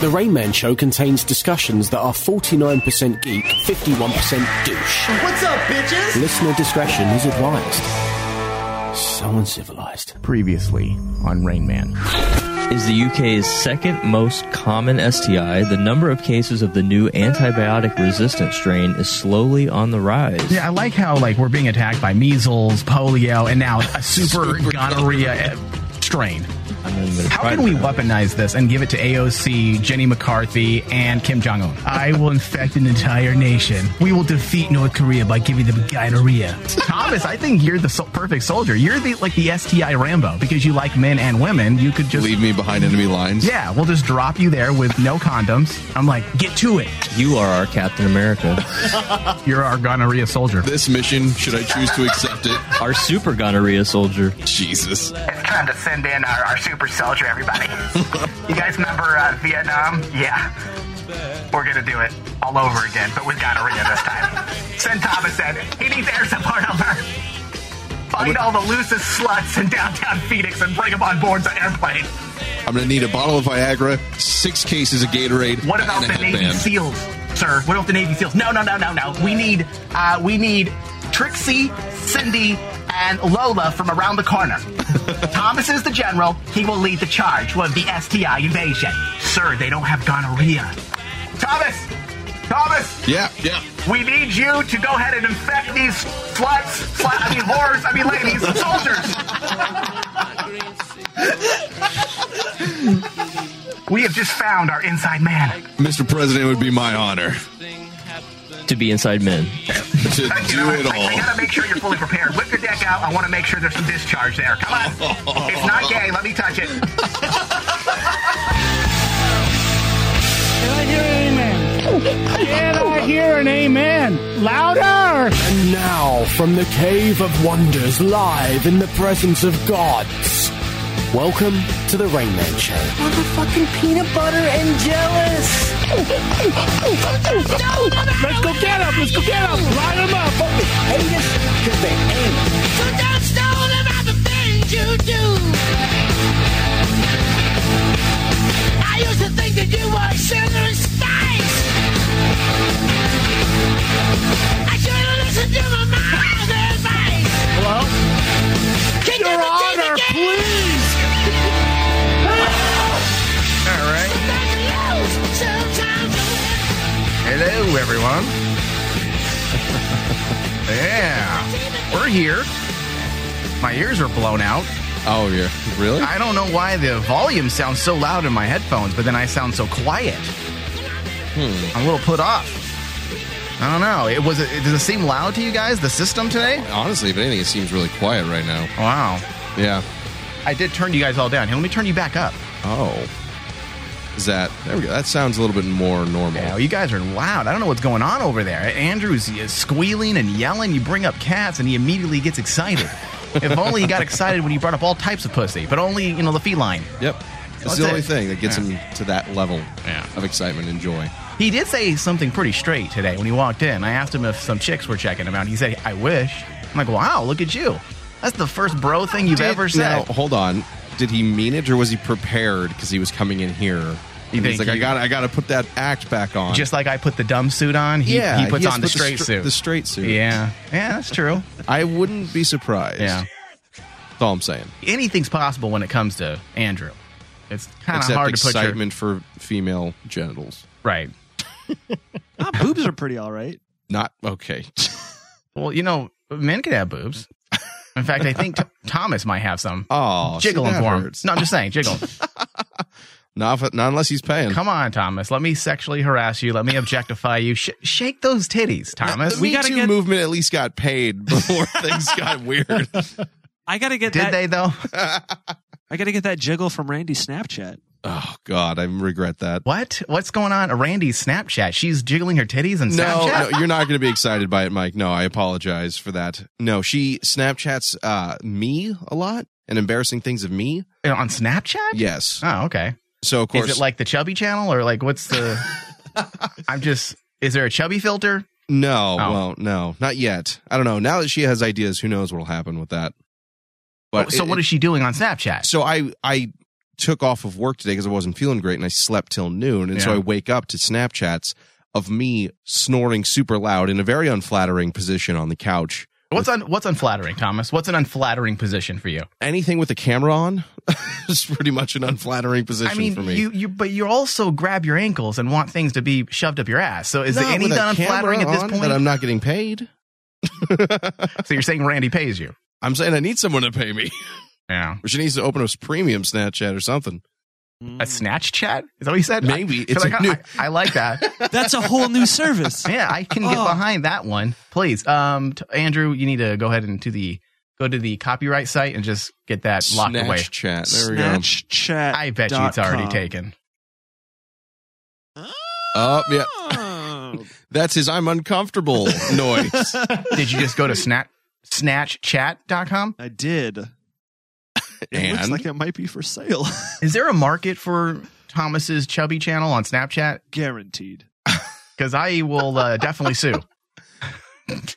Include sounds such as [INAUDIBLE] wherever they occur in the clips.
The Rayman Show contains discussions that are 49% geek, 51% douche. What's up, bitches? Listener discretion is advised. So uncivilized. Previously on Rain Man. is the UK's second most common STI. The number of cases of the new antibiotic resistant strain is slowly on the rise. Yeah, I like how like we're being attacked by measles, polio, and [LAUGHS] now a super, gonorrhea eh, strain. I'm not even gonna How try can we that. weaponize this and give it to AOC, Jenny McCarthy, and Kim Jong Un? I will infect an entire nation. We will defeat North Korea by giving them gonorrhea. Thomas, I think you're the so- perfect soldier. You're the like the STI Rambo because you like men and women. You could just Leave me behind enemy lines. yeah, we'll just drop you there with no condoms. I'm like, get to it. You are our Captain America, You're our gonorrhea soldier. This mission, should I choose to accept it? our super gonorrhea soldier. Jesus. It's time to send in our, our super soldier, everybody. you guys remember uh, Vietnam? Yeah. We're gonna do it all over again, but with gonorrhea this time. Send Thomas in. He needs air support alert. Find all the loosest sluts in downtown Phoenix and bring them on board the airplane. I'm going to need a bottle of Viagra, six cases of Gatorade, What about and the a Navy headband. SEALs, sir? What about the Navy SEALs? No, no, no, no, no. We need, uh, we need Trixie, Cindy, and Lola from around the corner. Thomas is the general. He will lead the charge with the STI invasion. Sir, they don't have gonorrhea. Thomas, Thomas, Yeah, yeah. we need you to go ahead and infect these sluts, slut, I mean whores, I mean ladies, soldiers. We have just found our inside man. Mr. President, it would be my honor [LAUGHS] To be inside men. to You do know, it I- I all. gotta make sure you're fully prepared. Whip your deck out. I want to make sure there's some discharge there. Come on. [LAUGHS] It's not gay. Let me touch it. Can I hear an amen? Can I hear an amen? Louder! And now, from the Cave of Wonders, live in the presence of gods, welcome to The Rayman Show. Let's go get him! Let's go get him! Line him up! Put that stone about the things you do. I used to think that you were sugar and spice. I should have listened to my mom's advice. Hello? Can Your never take Honor, again. please! Sometimes you lose, sometimes you win. Hello, [LAUGHS] everyone. yeah, we're here. My ears are blown out. Oh, yeah. Really? I don't know why the volume sounds so loud in my headphones, but then I sound so quiet. I'm a little put off. I don't know. It was. It, does it seem loud to you guys? The system today? Honestly, if anything, it seems really quiet right now. Wow. Yeah. I did turn you guys all down. Here, let me turn you back up. Oh. Is that? There we go. That sounds a little bit more normal. Yeah, well, you guys are loud. I don't know what's going on over there. Andrew's uh, squealing and yelling. You bring up cats, and he immediately [LAUGHS] gets excited. if only he got excited when you brought up all types of pussy, but only you know the feline. Yep. That's That's the only it. thing that gets Yeah. him to that level Yeah. of excitement and joy. He did say something pretty straight today when he walked in. I asked him if some chicks were checking him out. He said, "I wish." I'm like, "Wow, look at you." That's the first bro thing you've Did- ever said. Now, hold on. Did he mean it, or was he prepared because he was coming in here? And think he's like, I he- got, I got to put that act back on. Just like I put the dumb suit on, he, yeah, he puts has on the put straight stra- suit. The straight suit. yeah, yeah, that's true. I wouldn't be surprised. Yeah. that's all I'm saying. Anything's possible when it comes to Andrew. It's kind of Except hard to put your excitement for female genitals. right. My boobs are pretty all right. Not [LAUGHS] okay. Well, you know, men can have boobs. In fact, I think T- Thomas might have some. Oh, see, jiggle 'em that for him. hurts. No, I'm just saying, jiggle. [LAUGHS] 'em. Not, if- not unless he's paying. Come on, Thomas. Let me sexually harass you. Let me objectify you. Sh- shake those titties, Thomas. the Me Too movement at least got paid [LAUGHS] before things got [LAUGHS] weird. I gotta get Did that. they though? I gotta get that jiggle from Randy's Snapchat. Oh God, I regret that. What? What's going on? Randy's Snapchat. She's jiggling her titties and No, Snapchat. no, you're not going to be excited by it, Mike. No, I apologize for that. No, she Snapchats uh, me a lot and embarrassing things of me. Uh, On Snapchat? Yes. Oh, okay. So of course, Is it like the chubby channel or like what's [LAUGHS] the? I'm just. Is there a chubby filter? no, Oh. well, no, not yet. I don't know. Now that she has ideas, who knows what'll happen with that? so what is she doing on Snapchat? So I I took off of work today because I wasn't feeling great and I slept till noon. And so Yeah. I wake up to Snapchats of me snoring super loud in a very unflattering position on the couch. What's un, what's unflattering, Thomas? What's an unflattering position for you? Anything with a camera on [LAUGHS] is pretty much an unflattering position I mean, for me. you you but you also grab your ankles and want things to be shoved up your ass. So is Not it any with a done camera unflattering at this on point? That I'm not getting paid. so you're saying Randy pays you? I'm saying I need someone to pay me. [LAUGHS] Yeah. Or she needs to open a premium Snapchat or something. Hmm. A snatch chat? Is that what you said? Maybe. I, It's 'cause I, a got- new- I, I like that. That's a whole new service. yeah, I can get Oh. behind that one. Please, um, t- Andrew, you need to go ahead and to the go to the copyright site and just get that locked Snatch away. chat. [LAUGHS] There we go. Snatch chat. I bet you it's already com. taken. Oh, yeah. Oh. That's his I'm [LAUGHS] uncomfortable noise. Did you just go to snat snatchchat.com? I did. It looks And? like it might be for sale. [LAUGHS] Is there a market for Thomas's chubby channel on Snapchat? Guaranteed. Because I will uh, definitely sue.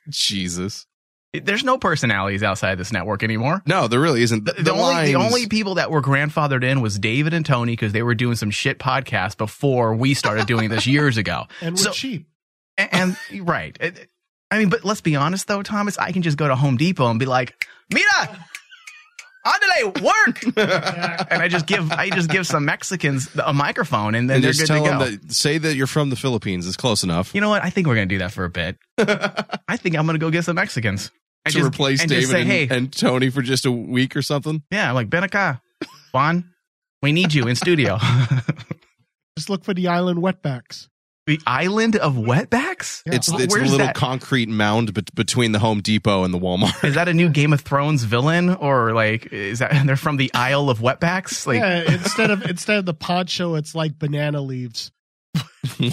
Jesus. There's no personalities outside this network anymore. No, there really isn't. The, the only the lines- only people that were grandfathered in was David and Tony because they were doing some shit podcast before we started doing this years [LAUGHS] ago. and we're So- cheap. And, and- right, It- I mean, but let's be honest though, Thomas, I can just go to Home Depot and be like, "Mira, andale, [LAUGHS] work," and I just give I just give some Mexicans a microphone and then and they're just good tell to go. them that say that you're from the Philippines is close enough. you know what? I think we're gonna do that for [LAUGHS] a bit. I think I'm gonna go get some Mexicans and to just- replace and David Just say, and, hey, and Tony for just a week or something. yeah, like "Ven acá, Juan, we need you in studio. [LAUGHS] Just look for the island wetbacks. the island of wetbacks. Yeah. It's it's the Where's little that? concrete mound bet between the Home Depot and the Walmart. Is that a new Game of Thrones villain, or like is that [LAUGHS] they're from the Isle of Wetbacks? Like yeah, instead of instead of the pod show, it's like banana leaves.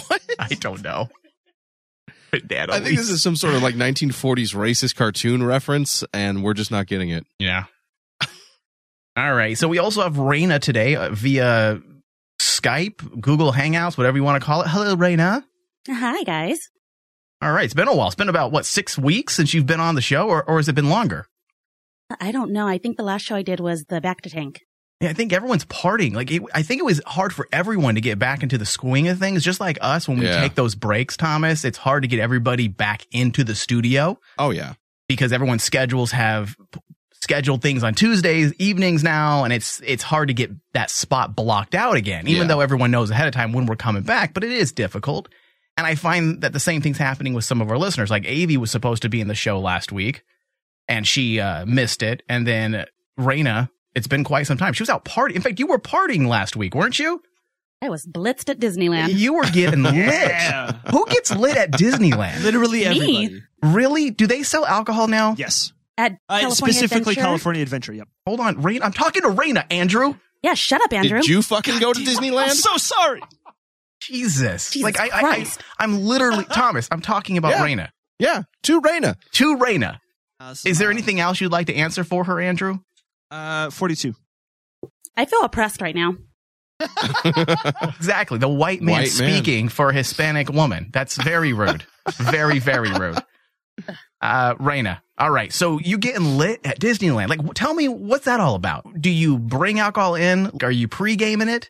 what? [LAUGHS] I don't know. Banana I think this leaves. is some sort of like 1940s racist cartoon reference, and we're just not getting it. yeah. All right, so we also have Raina today uh, via Skype, Google Hangouts, whatever you want to call it. Hello, Raina. Hi, guys. All right, it's been a while. It's been about what six weeks since you've been on the show, or or has it been longer? I don't know. I think the last show I did was the Back to Tank. Yeah, I think everyone's partying. Like, it, I think it was hard for everyone to get back into the swing of things. Just like us, when we Yeah. take those breaks, Thomas, it's hard to get everybody back into the studio Oh yeah, because everyone's schedules have p- scheduled things on Tuesdays evenings now, and it's it's hard to get that spot blocked out again. Even Yeah. though everyone knows ahead of time when we're coming back, but it is difficult. And I find that the same thing's happening with some of our listeners. Like Avi was supposed to be in the show last week, and she uh, missed it. And then Raina, it's been quite some time. She was out partying. In fact, you were partying last week, weren't you? I was blitzed at Disneyland. You were getting lit. Who gets lit at [LAUGHS] Disneyland? Literally Me? everybody. Really? Do they sell alcohol now? Yes. At Uh, California specifically Adventure. California Adventure. Yep. Hold on, Raina. I'm talking to Raina, Andrew. Yeah, shut up, Andrew. did you fucking go to I'm Disneyland? so sorry. Jesus. Jesus like I, I, I Christ. Uh-huh. I'm literally Thomas, I'm talking about Yeah. Raina. Yeah, to Reina. To Raina. Is Uh-huh. there anything else you'd like to answer for her, Andrew? Uh, 42. I feel oppressed right now. Exactly. The white man White man. speaking for a Hispanic woman. That's very rude. very, very rude. Uh Raina. All right. So you getting lit at Disneyland. Like w- tell me what's that all about? Do you bring alcohol in? Are you pre-gaming it?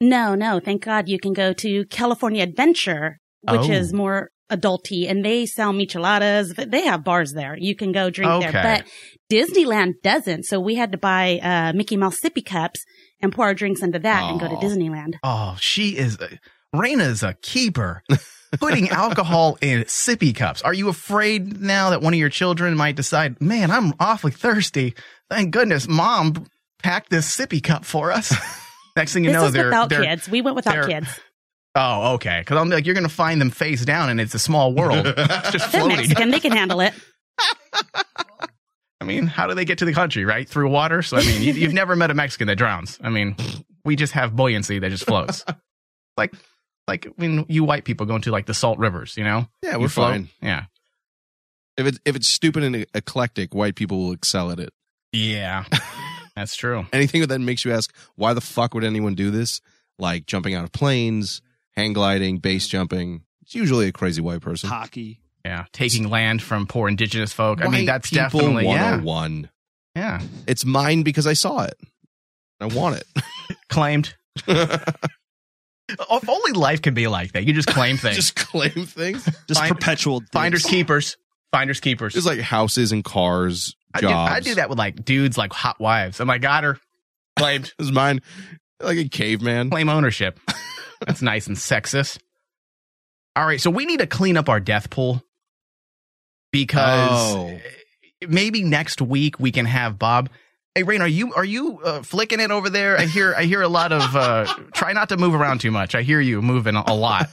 No, no, thank God you can go to California Adventure, which Oh. is more adulty, and they sell micheladas. Th- They have bars there. You can go drink Okay. there. But Disneyland doesn't, so we had to buy uh, Mickey Mouse sippy cups and pour our drinks into that and go to Aw. Disneyland. Oh, she is a, Raina's a keeper. [LAUGHS] Putting alcohol in sippy cups. Are you afraid now that one of your children might decide, man, I'm awfully thirsty. Thank goodness mom packed this sippy cup for [LAUGHS] us. Next thing you this know, is they're, without they're kids. We went without they're- kids. oh, okay. Cause I'm like, you're going to find them face down and it's a [LAUGHS] small world It's just They're floating. Mexican. They can handle [LAUGHS] it. I mean, how do they get to the country, right? Through water. So, I mean, you, you've never met a Mexican that drowns. I mean, we just have buoyancy that just [LAUGHS] floats. like, like, I mean, you white people going to like the salt rivers, you know? Yeah, You we're float. fine. Yeah. If it's if it's stupid and eclectic, white people will excel at it. Yeah. [LAUGHS] That's true. Anything that makes you ask why the fuck would anyone do this, like jumping out of planes, hang gliding, base jumping. It's usually a crazy white person. Hockey. Yeah. Taking land from poor indigenous folk. I White mean, that's people definitely, yeah. 101. Yeah. It's mine because I saw it. I want it. [LAUGHS] Claimed. if only life can be like that. You just claim [LAUGHS] things. Just claim things. Just perpetual finders keepers. Finders keepers. It's like houses and cars, I do, jobs. I do that with like dudes like hot wives. I'm like, got her. [LAUGHS] Claimed. this is mine. Like a caveman. Claim ownership. That's nice and sexist. All right, so we need to clean up our death pool because Oh. maybe next week we can have Bob. Hey, Rain, are you are you uh, flicking it over there? I hear I hear a lot of. Uh, try not to move around too much. I hear you moving a lot.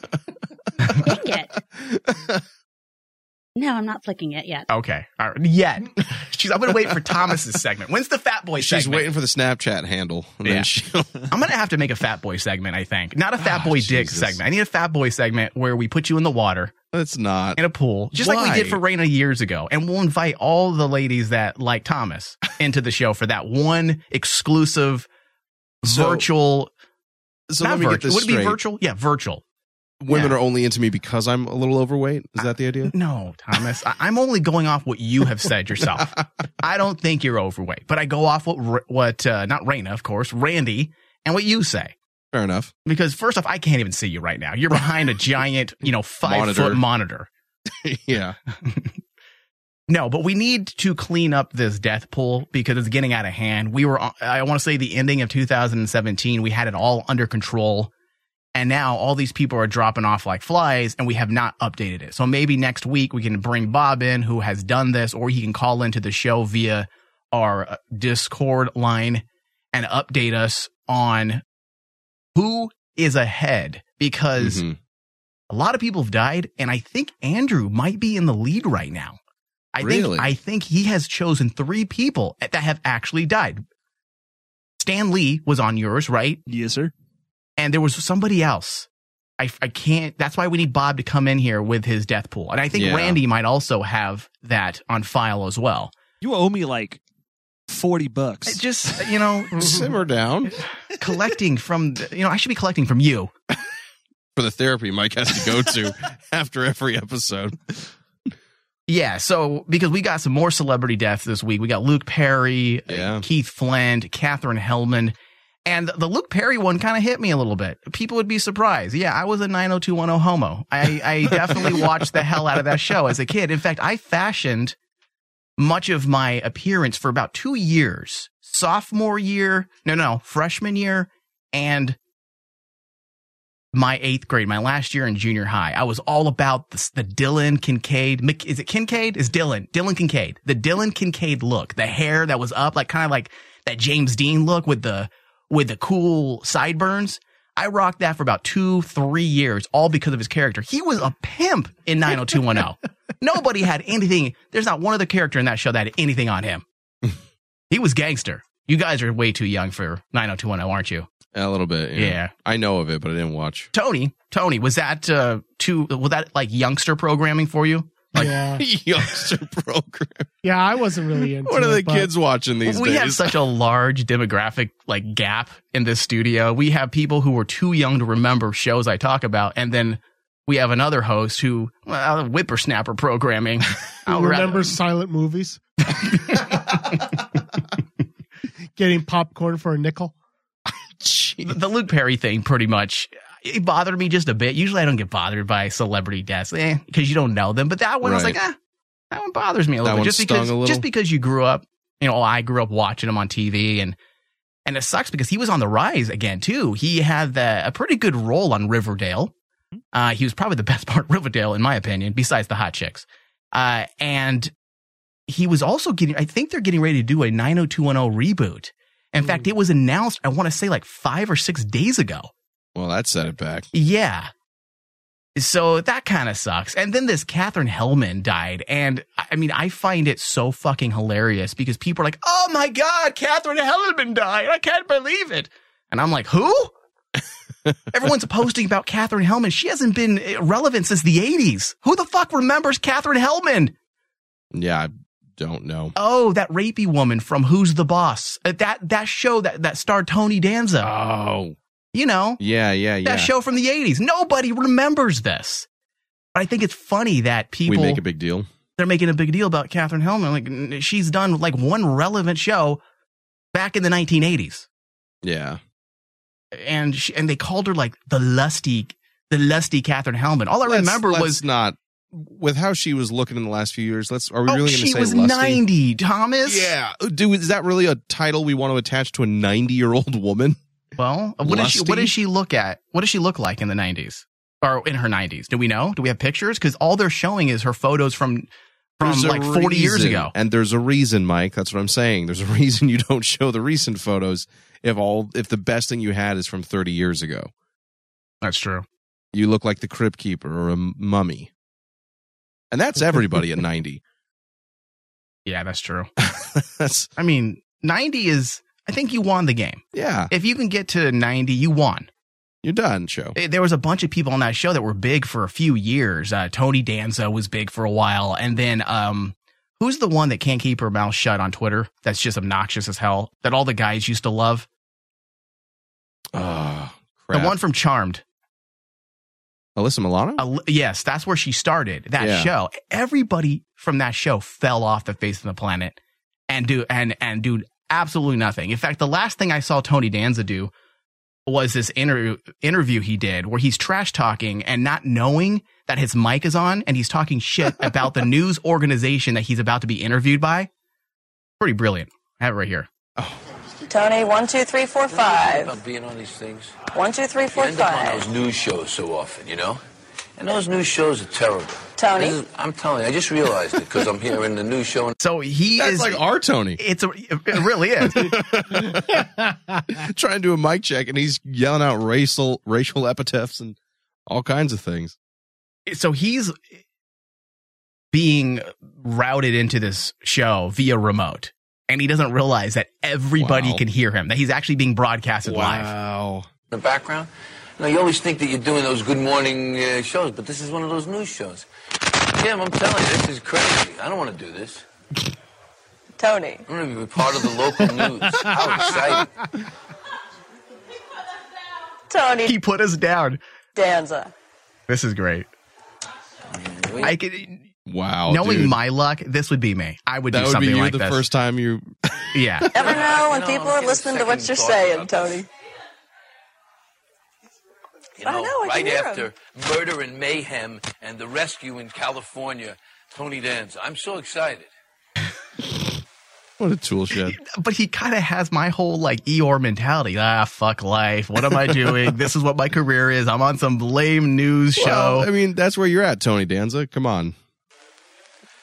No, I'm not flicking it yet. Okay, all right. Yet, She's, I'm gonna wait for Thomas's segment. When's the Fat Boy She's segment? waiting for the Snapchat handle. And Yeah. then she'll I'm gonna have to make a Fat Boy segment. I think not a Fat Boy Dick Ah, Jesus. segment. I need a Fat Boy segment where we put you in the water. That's not in a pool, just like we did Why? for Raina years ago. And we'll invite all the ladies that [LAUGHS] like Thomas into the show for that one exclusive So- virtual. [LAUGHS] so let not me get virtual. this Would it be straight. virtual? Yeah, virtual. Women Yeah. Uh, are only into me because I'm a little overweight. Is that the [LAUGHS] idea? No, Thomas. I, I'm only going off what you have [LAUGHS] said yourself. I don't think you're overweight, but I go off what Ra- what uh, not Raina, of course, Randy, and what you say. Fair [LAUGHS] enough. Because first off, I can't even see you right now. You're behind a giant, you know, five foot Monitor. monitor. yeah. No, but we need to clean up this death pool because it's getting out of hand. We were, I want to say, the ending of 2017, we had it all under control. And now all these people are dropping off like flies, and we have not updated it. So maybe next week we can bring Bob in, who has done this, or he can call into the show via our uh, Discord line and update us on who is ahead because Mhm. a lot of people have died, and I think Andrew might be in the lead right now. I Really? think I think he has chosen three people that have actually died. Stan Lee was on yours, right? Yes, sir. And there was somebody else. I, I can't. That's why we need Bob to come in here with his death pool, and I think Yeah. Randy might also have that on file as well. You owe me like forty bucks. Just you [LAUGHS] know, Simmer down. Mhm. collecting from the- you know, I should be collecting from you. For the therapy Mike has to go [LAUGHS] to after every episode. Yeah, so because we got some more celebrity deaths this week. We got Luke Perry, Yeah. Keith Flend, Catherine Hellman. And the Luke Perry one kind of hit me a little bit. People would be surprised. Yeah, I was a 90210 homo. I, I definitely watched the hell out of that show as a kid. In fact, I fashioned much of my appearance for about two years sophomore year, no, no, freshman year, and my eighth grade, my last year in junior high, I was all about the, the Dylan Kincaid. Mc- Is it Kincaid? Is Dylan Dylan Kincaid? The Dylan Kincaid look, the hair that was up, like kind of like that James Dean look with the with the cool sideburns. I rocked that for about two, three years, all because of his character. He was a pimp in 90210. Nobody had anything. There's not one other character in that show that had anything on him. he was gangster. You guys are way too young for 90210, aren't you? A little bit. Yeah. I know of it, but I didn't [LAUGHS] watch. Tony, Tony, was that uh, too? Was that like youngster programming for you? Like yeah, Youngster program. yeah. I wasn't really into. What are it, the but kids watching these we days? have such a large demographic like gap in this studio. We have people who were too young to remember shows I talk about, and then we have another host who well, [LAUGHS] whippersnapper programming. who I'll rather- remember silent movies? [LAUGHS] Getting popcorn for a nickel. the the Luke Perry thing pretty much it bothered me just a bit. Usually I don't get bothered by celebrity deaths because you don't know them. But that one I was Right. like, ah, that one bothers me That a little bit one just stung because a little? just because you grew up, you know, I grew up watching him on TV and and it sucks because he was on the rise again too. He had the, a pretty good role on Riverdale. Hmm. Uh, he was probably the [LAUGHS] best part of Riverdale in my opinion, besides the hot chicks. Uh, and he was also getting, I think they're getting ready to do a 90210 reboot. In fact, it was announced, I want to say like five or six days ago. well, that set it back. Yeah. So that kind of sucks. And then this Catherine Hellman died. And I I mean, I find it so fucking hilarious because people are like, oh my God, Catherine Hellman died. I can't believe it. And I'm like, who? Everyone's posting about Catherine Hellman. She hasn't been eh, relevant since the 80s. Who the fuck remembers Catherine Hellman? Yeah, I don't know. Oh, that rapey woman from Who's the Boss? Uh, That that show that, that starred Tony Danza. Oh. You know, Yeah, yeah, yeah. that show from the 80s. Nobody remembers this. But I think it's funny that people we make a big deal. they're making a big deal about Katherine Hellman. Like n- she's done like one relevant show back in the 1980s. Yeah. and she, and they called her like the lusty, the lusty Catherine Hellman. All I Let's- remember let's was not with how she was looking in the last few years. Let's are we Oh, really going to she say was lusty? 90, Thomas. Yeah, do is that really a title we want to attach to a ninety year old woman? Well, what does she what Lusty? does she look at? What does she look like in the nineties or in her nineties? Do we know? Do we have pictures? Because all they're showing is her photos from from There's a like forty years reason- ago. and there's a reason, Mike. That's what I'm saying. There's a [LAUGHS] reason you don't show the recent photos if all if the best thing you had is from thirty years ago. That's true. You look like the crypt keeper or a m- mummy, and that's everybody at [LAUGHS] ninety. Yeah, that's true. That's I mean, ninety is. I think you won the game. yeah, If you can get to ninety, you won. you're done, show. Eh, There was a bunch of people on that show that were big for a few years. Uh, Tony Danza was big for a while, and then um, who's the one that can't keep her mouth shut on Twitter? That's just obnoxious as hell. That all the guys used to love. Oh, The crap. one from Charmed. Alyssa Milano. Al- yes, that's where she started that Yeah. show. Everybody from that show fell off the face of the planet and do and and do absolutely nothing. In fact, the last thing I saw Tony Danza do was this inter- interview he did where he's trash talking and not knowing that his mic is on and he's talking [LAUGHS] shit about the news organization that he's about to be interviewed by. Pretty brilliant. I have it right here. Tony, one, two, three, four, five. About being on these things. One, two, three, You four, end up on five. those news shows so often, you know? And those news shows are terrible. Tony? This is- I'm telling you, I just realized it because I'm here in the news show. And- So he That's is like our Tony it's a, it really [LAUGHS] is. trying to do a mic check, and he's yelling out racial racial epithets and all kinds of things. so he's being routed into this show via remote and he doesn't realize that everybody Wow. can hear him that he's actually being broadcasted live Wow. in the background. Now, you always think that you're doing those good morning uh, shows, but this is one of those news shows. Kim, I'm telling you, this is crazy. I don't want to do this. Tony, I want to be part of the local news. How exciting. he Tony, put us down Danza. this is great i could Wow. knowing dude. my luck this would be me i would that do would be something you like the this first time you. yeah Never know when No, Oh, people I'm are getting listening to what second you're thought saying, about this. Tony. You I know, know, I can right hear after him. Murder and Mayhem and the rescue in California, Tony Danza. I'm so excited. What a tool [LAUGHS] shed. but he kind of has my whole like Eeyore mentality. Ah, fuck life. What am [LAUGHS] I doing? this is what my career is. I'm on some lame news show. Well, I mean, that's where you're at, Tony Danza. Come on.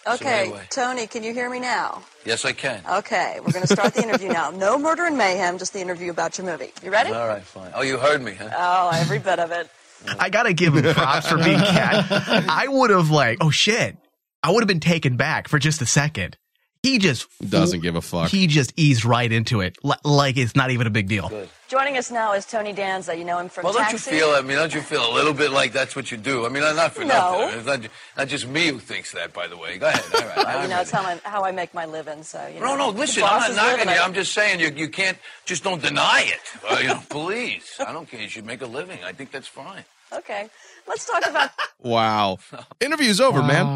Okay, Uh, anyway. Tony, can you hear me now? Yes, I can. Okay, we're going to start the interview now. No murder and mayhem, just the interview about your movie. You ready? All right, fine. Oh, you heard me, huh? Oh, every bit of it. I gotta give him props for [LAUGHS] being cat. I would have like, oh shit. I would have been taken back for just a second. He just Doesn't give a fuck. He just eased right into it, li- like it's not even a big deal. Joining us now is Tony Danza. You know him from Well, don't you Taxi. feel? I mean, don't you feel a little bit like that's what you do? I mean, not for No. nothing. It's not, ju- not just me who thinks that, by the way. Go ahead. All right. [LAUGHS] you I'm know, it's ready. how, I, how I make my living. So you no, know, no. the Listen, boss I'm is not knocking living you. it. I'm just saying you, you can't just don't deny it. Uh, you know, [LAUGHS] please. I don't care. You should make a living. I think that's fine. okay. Let's talk about Wow. Interview's over, Ah, man.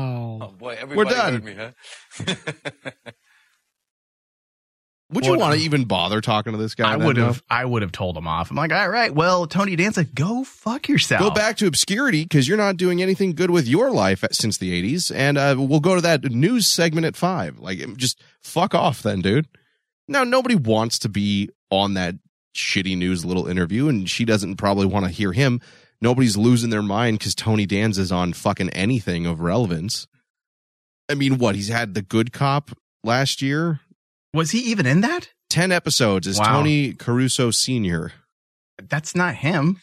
Oh boy, everybody done. heard me, huh? Would you Would- want to even bother talking to this guy? I then, would have, though? I would have told him off. I'm like, all right, well, Tony Danza, go fuck yourself. Go back to obscurity because you're not doing anything good with your life since the 80s. And uh, we'll go to that news segment at five. Like, just fuck off then, dude. Now, nobody wants to be on that shitty news little interview, and she doesn't probably want to hear him. Nobody's losing their mind because Tony Danza's on fucking anything of relevance. I mean, what? He's had the good cop last year. Was he even in that? 10 episodes is Wow. Tony Caruso Sr. That's not him.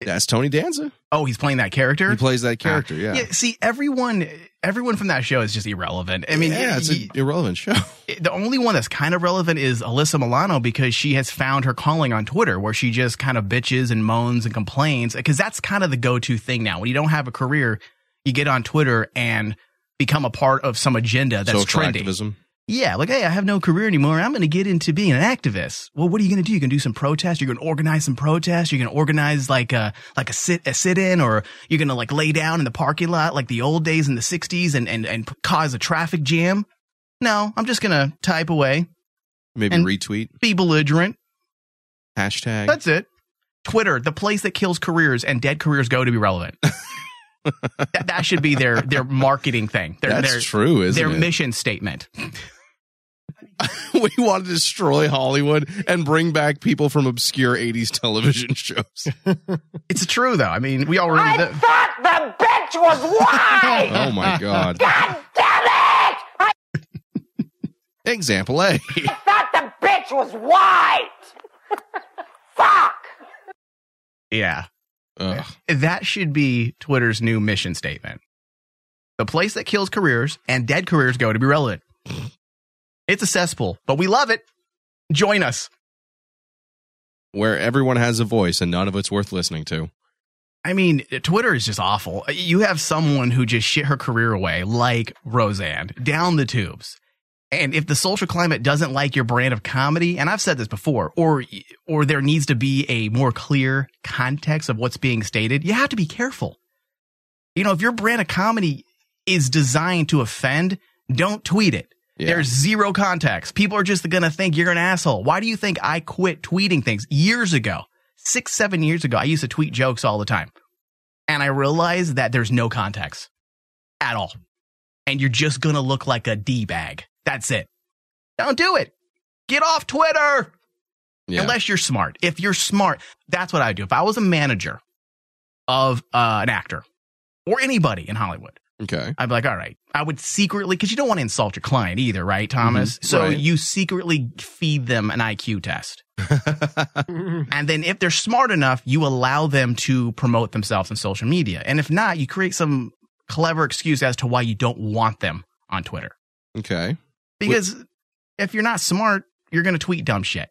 That's Tony Danza. Oh, he's playing that character. He plays that character, yeah. yeah. See, everyone, everyone from that show is just irrelevant. I mean, yeah, it's y- an irrelevant show. the only one that's kind of relevant is Alyssa Milano because she has found her calling on Twitter where she just kind of bitches and moans and complains because that's kind of the go-to thing now. When you don't have a career, you get on Twitter and become a part of some agenda that's Social trending. activism. Yeah, like hey, I have no career anymore. I'm going to get into being an activist. Well, what are you going to do? You're going to do some protests. You're going to organize some protests. You're going to organize like a like a sit a sit in, or you're going to like lay down in the parking lot like the old days in the '60s and and and cause a traffic jam. No, I'm just going to type away, Maybe And- retweet be belligerent. hashtag. That's it. Twitter, the place that kills careers and dead careers go to [LAUGHS] be relevant. that, that should be their their marketing thing. Their, That's their, true, isn't their it? mission statement. [LAUGHS] we want to destroy Hollywood and bring back people from obscure 80s television shows. it's true, though. I mean, we already. thought the bitch was white. oh [LAUGHS] my God. God damn it! I [LAUGHS] Example A. thought the bitch was white. Fuck. Yeah. That should be Twitter's new mission statement. The place that kills careers and dead careers go to be relevant. It's a cesspool, but we love it. Join us. Where everyone has a voice and none of it's worth listening to. I mean, Twitter is just awful. You have someone who just shit her career away, like Roseanne, down the tubes. And if the social climate doesn't like your brand of comedy, and I've said this before, or or there needs to be a more clear context of what's being stated, you have to be careful. You know, if your brand of comedy is designed to offend, don't tweet it. There's zero context. People are just going to think you're an asshole. Why do you think I quit tweeting things years ago? Six, seven years ago, I used to tweet jokes all the time. And I realized that there's no context at all. And you're just going to look like a D bag. That's it. Don't do it. Get off Twitter. Unless you're smart. If you're smart, that's what I would do. If I was a manager of uh, an actor or anybody in Hollywood, [LAUGHS] Okay. I'd be like, all right. I would secretly, because you don't want to insult your client either, right, Thomas? Mhm, so right. you secretly feed them an IQ test. and then if they're smart enough, you allow them to promote themselves on social media. And if not, you create some clever excuse as to why you don't want them on Twitter. Okay. Because if you're not smart, you're going to tweet dumb shit.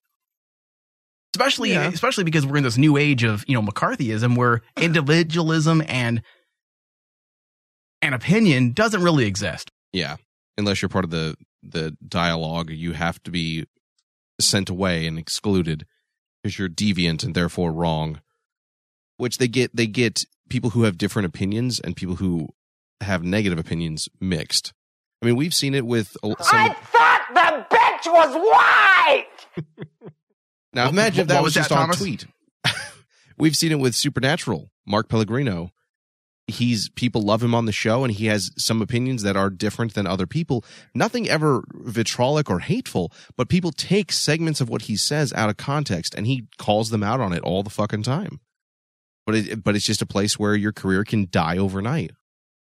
Especially, especially because we're in this new age of you know McCarthyism, where individualism and and opinion doesn't really exist. Yeah. Unless you're part of the the dialogue, you have to be sent away and excluded because you're deviant and therefore wrong. Which they get they get people who have different opinions and people who have negative opinions mixed. I mean, we've seen it with a- some I thought the bitch was white. Now imagine if that what was, was that, just on Thomas? tweet. [LAUGHS] We've seen it with Supernatural. Mark Pellegrino, he's people love him on the show, and he has some opinions that are different than other people. Nothing ever vitrolic or hateful, but people take segments of what he says out of context, and he calls them out on it all the fucking time. But it, but it's just a place where your career can die overnight.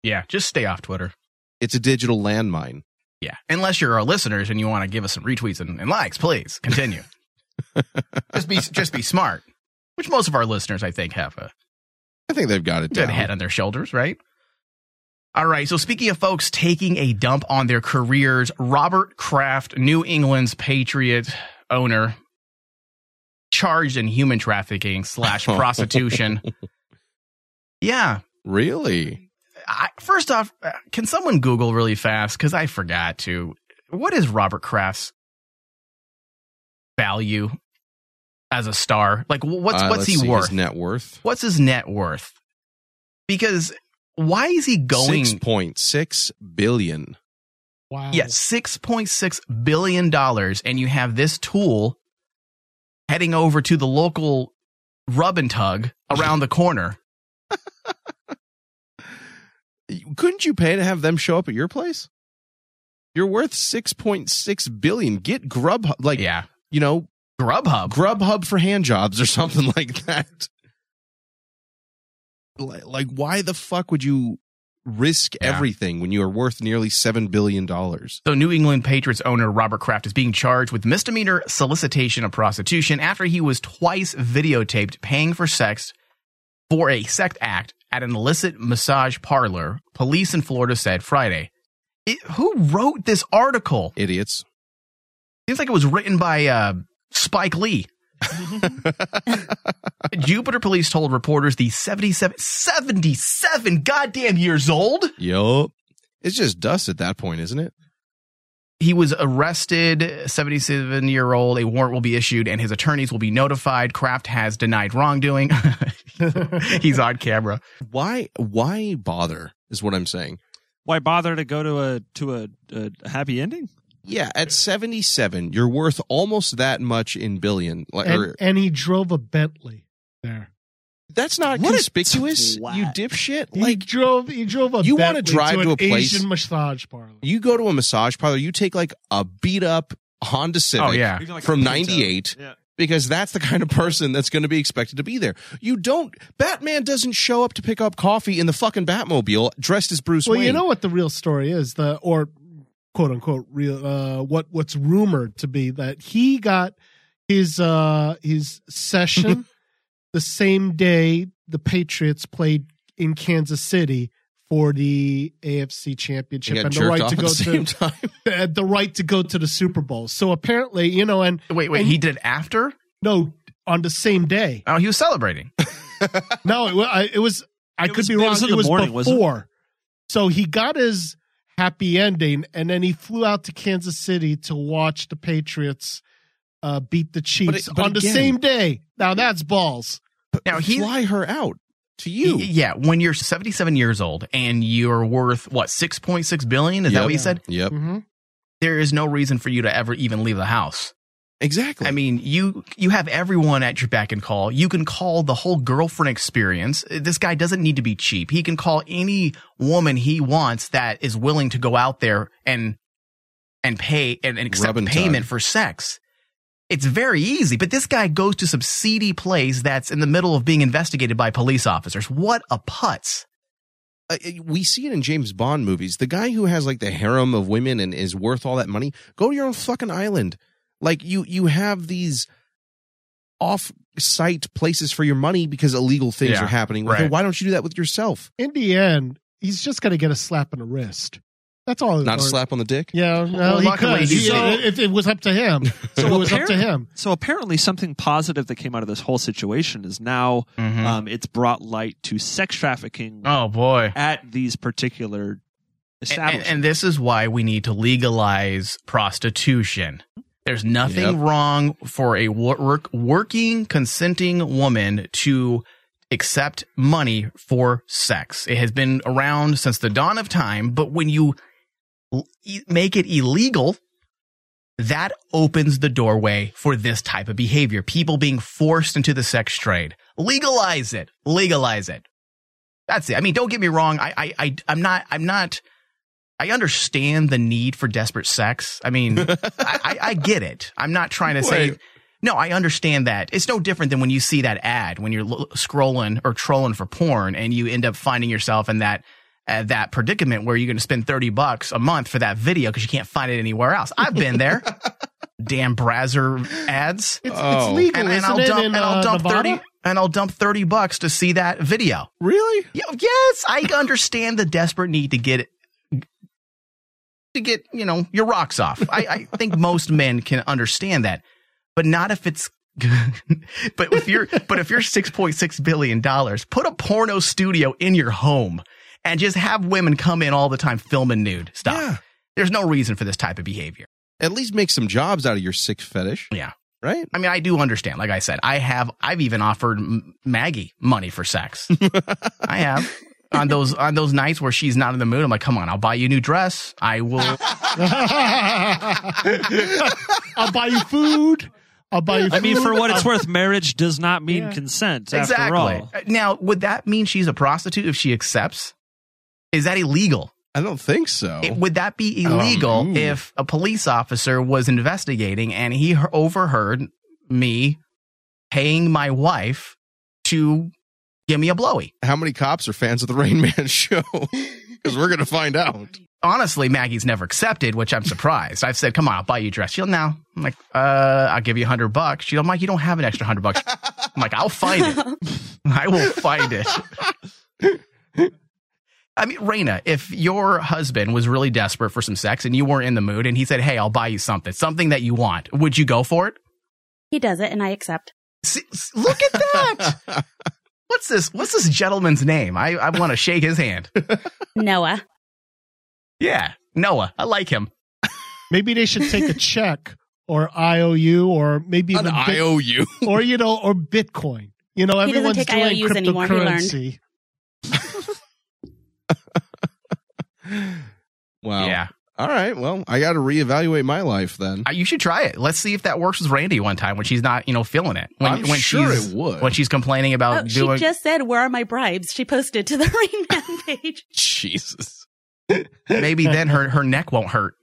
Yeah, just stay off Twitter. It's a digital landmine. Yeah, unless you're our listeners and you want to give us some retweets and, and likes, please continue. just be just be smart, which most of our listeners, I think, have a I think they've got it good down. head on their shoulders, right? All right. So speaking of folks taking a dump on their careers, Robert Kraft, New England's Patriot owner, charged in human trafficking slash prostitution. Yeah. Really? I, first off, uh, can someone Google really fast? Because I forgot to. What is Robert Kraft's value as a star? Like, wh- what's Uh, what's let's he see his worth? net worth What's his net worth? Because why is he going? six point six billion. Wow. Yeah, six point six billion dollars, and you have this tool heading over to the local rub and tug around the corner. couldn't you pay to have them show up at your place? You're worth six point six billion. Get Grubhub, like yeah, you know Grubhub, Grubhub for hand jobs or [LAUGHS] something like that. Like, like why the fuck would you risk everything when you are worth nearly seven billion dollars? So, New England Patriots owner Robert Kraft is being charged with misdemeanor solicitation of prostitution after he was twice videotaped paying for sex for a sex act at an illicit massage parlor, police in Florida said Friday. It, who wrote this article? Idiots. Seems like it was written by uh, Spike Lee. Jupiter police told reporters the 77, 77 goddamn years old Yup. It's just dust at that point, isn't it? he was arrested 77 year old a warrant will be issued and his attorneys will be notified kraft has denied wrongdoing [LAUGHS] he's on camera Why? Why bother? Is what I'm saying. Why bother to go to a to a, a happy ending? Yeah, at seventy seven, you're worth almost that much in billion. Like, And, or, and he drove a Bentley. there. That's not What a conspicuous, you dipshit. Like drove, you drove a. you wanna Bentley drive to an a place- Asian massage parlor. You go to a massage parlor, you take like a beat up Honda Civic Oh, yeah. from 98 because that's the kind of person that's going to be expected to be there. You don't, Batman doesn't show up to pick up coffee in the fucking Batmobile dressed as Bruce well, Wayne. you know what the real story is, the or quote unquote real uh, what what's rumored to be that he got his uh, his [LAUGHS] session the same day the Patriots played in Kansas City for the AFC Championship got and the jerked right off to at go the same [LAUGHS] [LAUGHS] to The, the right to go to the Super Bowl. So apparently, you know, and wait, wait, he did after? No, on the same day. Oh, he was celebrating. no, it, wa- I, it was. I could was- be it wrong. was in it the was morning, wasn't it? before. So he got his happy ending, and then he flew out to Kansas City to watch the Patriots uh, beat the Chiefs but on the again- same day. Now that's balls. Now he fly her out to you. Yeah, when you're 77 years old and you're worth what 6.6 billion? Is that Yep. what you said? Yep. Mm-hmm. There is no reason for you to ever even leave the house. Exactly. I mean, you you have everyone at your beck and call. You can call the whole girlfriend experience. This guy doesn't need to be cheap. He can call any woman he wants that is willing to go out there and and pay and, and accept Rub and tug. payment for sex. It's very easy, but this guy goes to some seedy place that's in the middle of being investigated by police officers. What a putz. uh, we see it in James Bond movies. The guy who has like the harem of women and is worth all that money, go to your own fucking island. Like you, you have these off-site places for your money because illegal things Yeah, are happening. with right. it. Why don't you do that with yourself? In the end, he's just going to get a slap in the wrist. That's all. Not a or- slap on the dick. Yeah, no, Well, he luckily could. he He- did. if it was up [LAUGHS] to him, so it was up to apparent- him. So apparently, something positive that came out of this whole situation is now um, it's brought light to sex trafficking. Mm-hmm. Oh boy, at these particular And- And, establishments. and this is why we need to legalize prostitution. There's nothing Yep. wrong for a wo- work, working, consenting woman to accept money for sex. It has been around since the dawn of time, but when you l- e- make it illegal, that opens the doorway for this type of behavior. People being forced into the sex trade. Legalize it. Legalize it. That's it. I mean, don't get me wrong. I, I, I I'm not, I'm not, I understand the need for desperate sex. I mean, I, I, I get it. I'm not trying to say, Wait. no, I understand that. It's no different than when you see that ad when you're l- scrolling or trolling for porn and you end up finding yourself in that, uh, that predicament where you're going to spend 30 bucks a month for that video because you can't find it anywhere else. I've been [LAUGHS] there. Damn Brazzer ads. It's, legal, and, and I'll isn't it, dump, in, and I'll uh, dump Nevada? 30 and I'll dump 30 bucks to see that video. Really? yes, I understand the desperate need to get to get, you know, your rocks off. I, I think most men can understand that. But not if it's [LAUGHS] but if you're but if you're 6.6 billion dollars, put a porno studio in your home and just have women come in all the time filming nude stuff. There's no reason for this type of behavior. At least make some jobs out of your sick fetish. Yeah. Right? I mean, I do understand. Like I said, I have I've even offered M- Maggie money [LAUGHS] for sex. I have on those on those nights where she's not in the mood. I'm like, "Come on, I'll buy you a new dress. [LAUGHS] I will I'll buy you food. I'll buy you. I mean, food. for what it's I'll- worth, marriage does not mean consent after exactly. all. Now, would that mean she's a prostitute if she accepts? Is that illegal? I don't think so. It- would that be illegal Um, ooh. if a police officer was investigating and he he- overheard me paying my wife to give me a blowy? How many cops are fans of the Rain Man [LAUGHS] show? Because we're going to find out. Honestly, Maggie's never accepted, which I'm surprised. I've said, "Come on, I'll buy you a dress." She'll now. I'm like, "Uh, I'll give you a hundred bucks." She'll, I'm like, "You don't have an extra hundred bucks." I'm like, "I'll find it. I will find it." I mean, Raina, if your husband was really desperate for some sex and you weren't in the mood, and he said, "Hey, I'll buy you something, something that you want," would you go for it? He does it, and I accept. Look at that! What's this? What's this gentleman's name? I, I want to shake his hand. Noah. Yeah, Noah. I like him. Maybe they should take a [LAUGHS] check or IOU or maybe An even IOU. or you know or Bitcoin. You know, He doesn't everyone's take doing IOUs anymore, he learned. cryptocurrency. Wow. Yeah. All right. Well, I got to reevaluate my life then. Uh, You should try it. Let's see if that works with Randy one time when she's not, you know, feeling it. When, I'm when sure she's, it would. When she's complaining about Oh, she doing. just said, "Where are my bribes?" She posted to the [LAUGHS] Rainman page. Jesus. maybe then her, her neck [LAUGHS] won't hurt.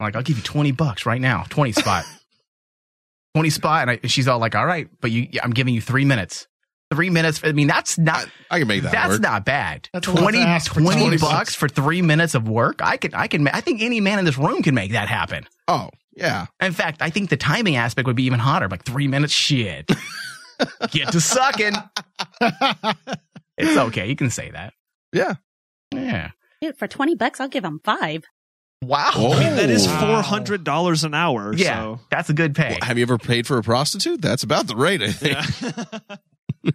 like, I'll give you 20 bucks right now, 20 spot. 20 spot. And, I, and she's all like, all right, but you, I'm giving you three minutes. Three minutes. I mean, that's not. I, can make that That's work. not bad. That's a lot to Twenty ask for 20 twenty 20, bucks for three minutes of work. I can, I can, ma- I think any man in this room can make that happen. Oh, yeah. In fact, I think the timing aspect would be even hotter. Like three [LAUGHS] minutes, shit. Get to sucking. it's okay. You can say that. Yeah. Yeah. Dude, for twenty bucks, I'll give him five. Wow. I mean, that is Oh. four hundred dollars an hour. Yeah, so. that's a good pay. Have you ever paid for a prostitute? That's about the rate, I think.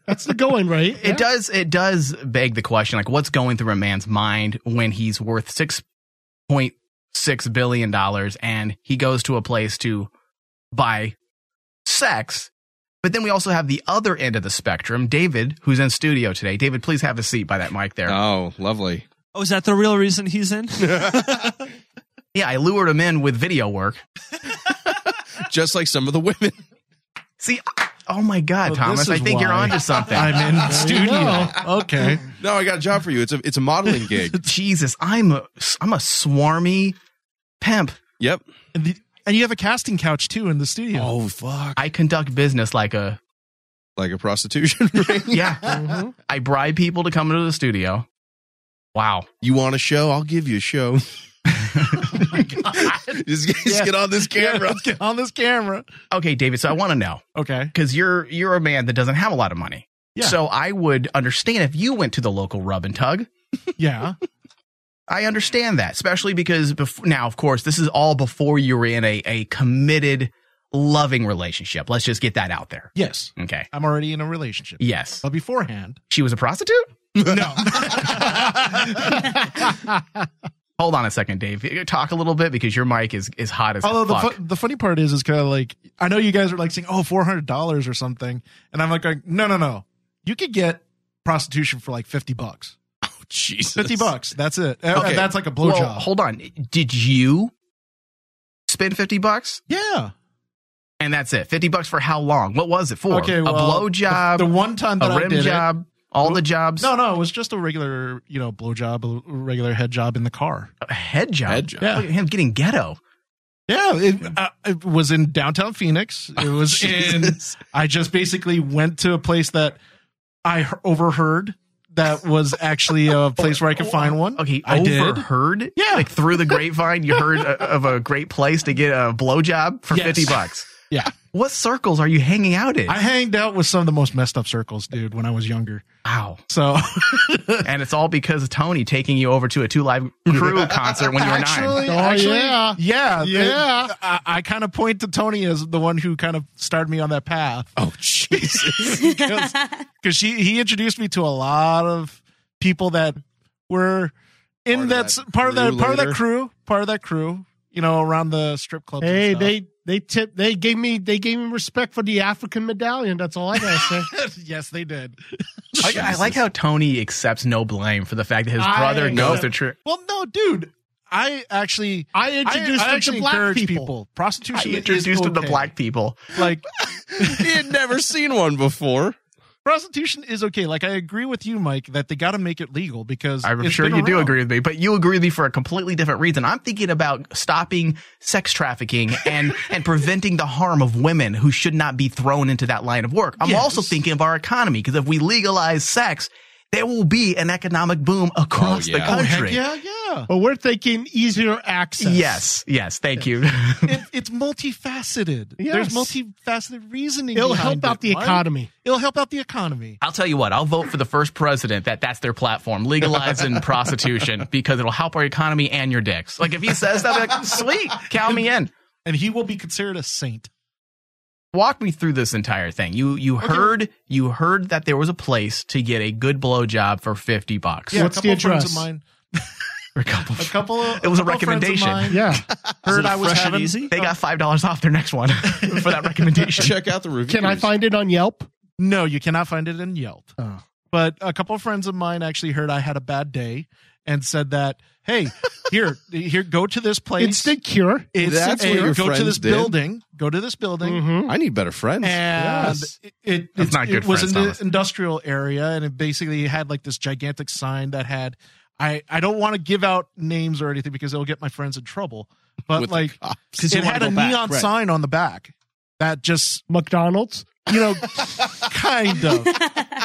That's the going rate. It does. It does beg the question, like what's going through a man's mind when he's worth six point six billion dollars and he goes to a place to buy sex. But then we also have the other end of the spectrum, David, who's in studio today. David, please have a seat by that mic there. [LAUGHS] Oh, lovely. Oh, is that the real reason he's [LAUGHS] in? Yeah, I lured him in with video work. Just like some of the women. [LAUGHS] See, oh my God, Well, Thomas, this I is think you're why onto something. I'm [LAUGHS] in There you studio. go. Okay. No, I got a job for you. It's a it's a modeling [LAUGHS] gig. Jesus, I'm a I'm a swarmy pimp. Yep. And, you have a casting couch too in the studio. Oh fuck! I conduct business like a like a prostitution [LAUGHS] ring. yeah. Mm-hmm. I bribe people to come into the studio. Wow. [LAUGHS] You want a show? I'll give you a show. [LAUGHS] just, just get on this camera. Oh. get on this camera. Okay, David. So I want to know. Okay. Because you're you're a man that doesn't have a lot of money. Yeah. So I would understand if you went to the local rub and tug. Yeah. I understand that, especially because bef- now, of course, this is all before you were in a, a committed, loving relationship. Let's just get that out there. Yes. Okay. I'm already in a relationship. Yes. But [LAUGHS] beforehand, She was a prostitute? [LAUGHS] No. Hold on a second, Dave. Uh, Talk a little bit because your mic is, is hot as Although the, fuck. fu- the funny part is, is kind of like I know you guys are like saying, "Oh, four hundred dollars or something," and I'm like, going, "No, no, no! You could get prostitution for like fifty bucks. Oh, Jesus, fifty bucks. That's it. Uh, Okay. That's like a Well, blowjob. hold on. Did you spend 50 bucks? Yeah. And that's it. 50 bucks for how long? What was it for? Okay, well, a blowjob? The, the one time that a I rim did it- job? all the jobs? No, no, it was just a regular, you know, blowjob, a regular head job in the car. A head job. Head job. Look at him getting ghetto. Yeah, it, Oh, uh, it was in downtown Phoenix. It was in. I just basically went to a place that I he- overheard that was actually [LAUGHS] a place where I could find one. Okay, I did. overheard? Yeah. Like through [LAUGHS] the grapevine, you heard uh, of a great place to get a blowjob for Yes. 50 bucks. Yeah. What circles are you hanging out in? I hanged out with some of the most messed up circles, dude, when I was younger. Wow. So [LAUGHS] [LAUGHS] and it's all because of Tony taking you over to a Two Live [LAUGHS] Crew concert when you were actually, nine. actually, Oh, yeah. yeah, Yeah. it- I, I kind of point to Tony as the one who kind of started me on that path. Oh Jesus! [LAUGHS] Because she he introduced me to a lot of people that were in that, s- part of that crew part of that later. crew, part of that crew. You know, around the strip club. Hey, they they tip they gave me they gave me respect for the African medallion. That's all I gotta say. [LAUGHS] yes, they did. I, I [LAUGHS] like how Tony accepts no blame for the fact that his I brother accept- goes to trip. Well, no, dude. I actually, I introduced him to black encourage people. I Prostitution. introduced is him to okay. black people. Like he had never seen one before. Prostitution is okay. Like I agree with you, Mike, that they got to make it legal because I'm it's sure been you do around. agree with me, but you agree with me for a completely different reason. I'm thinking about stopping sex trafficking [LAUGHS] and, and preventing the harm of women who should not be thrown into that line of work. I'm also thinking of our economy because if we legalize sex, there will be an economic boom across yeah. Oh, the heck country. Yeah, yeah. But we're thinking easier access. Yes, yes, thank you. [LAUGHS] It, it's multifaceted. There's Yes. multifaceted reasoning. It'll behind help out it, the Mike. economy. It'll help out the economy. I'll tell you what, I'll vote for the first president that that's their platform, [LAUGHS] legalizing prostitution because it'll help our economy and your dicks. Like if he says that, I'll be like, sweet, count me in. And he will be considered a saint. walk me through this entire thing. You you heard you heard that there was a place to get a good blowjob for fifty bucks. Yeah, a couple of friends of mine- [LAUGHS] a couple. It Of, was a, couple friends of recommendation. mine- [LAUGHS] heard it I was fresh and having. easy? Oh. They got five dollars off their next one [LAUGHS] for that [LAUGHS] recommendation. Check out the reviews. Can I find it on Yelp? Oh. No, you cannot find it in Yelp. But a couple of friends of mine actually heard I had a bad day and said that, "Hey, here, here, go to this place. Instant cure. Instant That's what cure. your Go to friends this did. Mm-hmm. building. Go to this building. I need better friends. And it, it, That's it's- not good it was friends, an Thomas. industrial area, and it basically had like this gigantic sign that had. I, I don't want to give out names or anything because it'll get my friends in trouble. But With the like, cops. 'Cause you it wanna had go a back, neon right. sign on the back that just McDonald's. you know, kind of,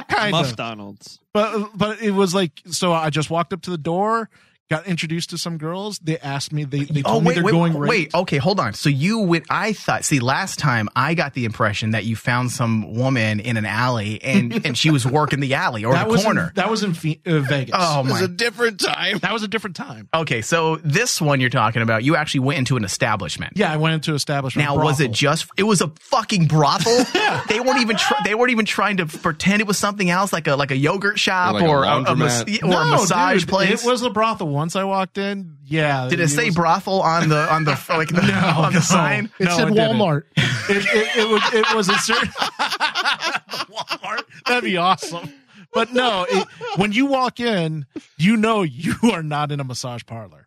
kind Muff of. Donald's. But but it was like so. I just walked up to the door, got introduced to some girls. They asked me. They they Oh told me wait, they're wait, going wait. raped. Okay, hold on. So you would I thought see last time I got the impression that you found some woman in an alley [LAUGHS] and and she was working the alley or that the was in- corner. that was in Phe- uh, Vegas. Oh [LAUGHS] my! different time. That was a different time. Okay, so this one you're talking about, you actually went into an establishment. Yeah, I went into an establishment. Now was it brothel. just? It was a fucking brothel. They weren't even. Try, they weren't even trying to pretend it was something else, like a like a yogurt shop Like a or a, a mas- laundromat. or a No, massage dude, place. It was a brothel. Once I walked in, yeah. Did it, say was- brothel on the on the like the, [LAUGHS] on the [LAUGHS] no. sign? It No, said it didn't. [LAUGHS] Walmart. It, it, it was it was a certain Walmart. [LAUGHS] That'd be awesome. But no, it, when you walk in, you know you are not in a massage parlor.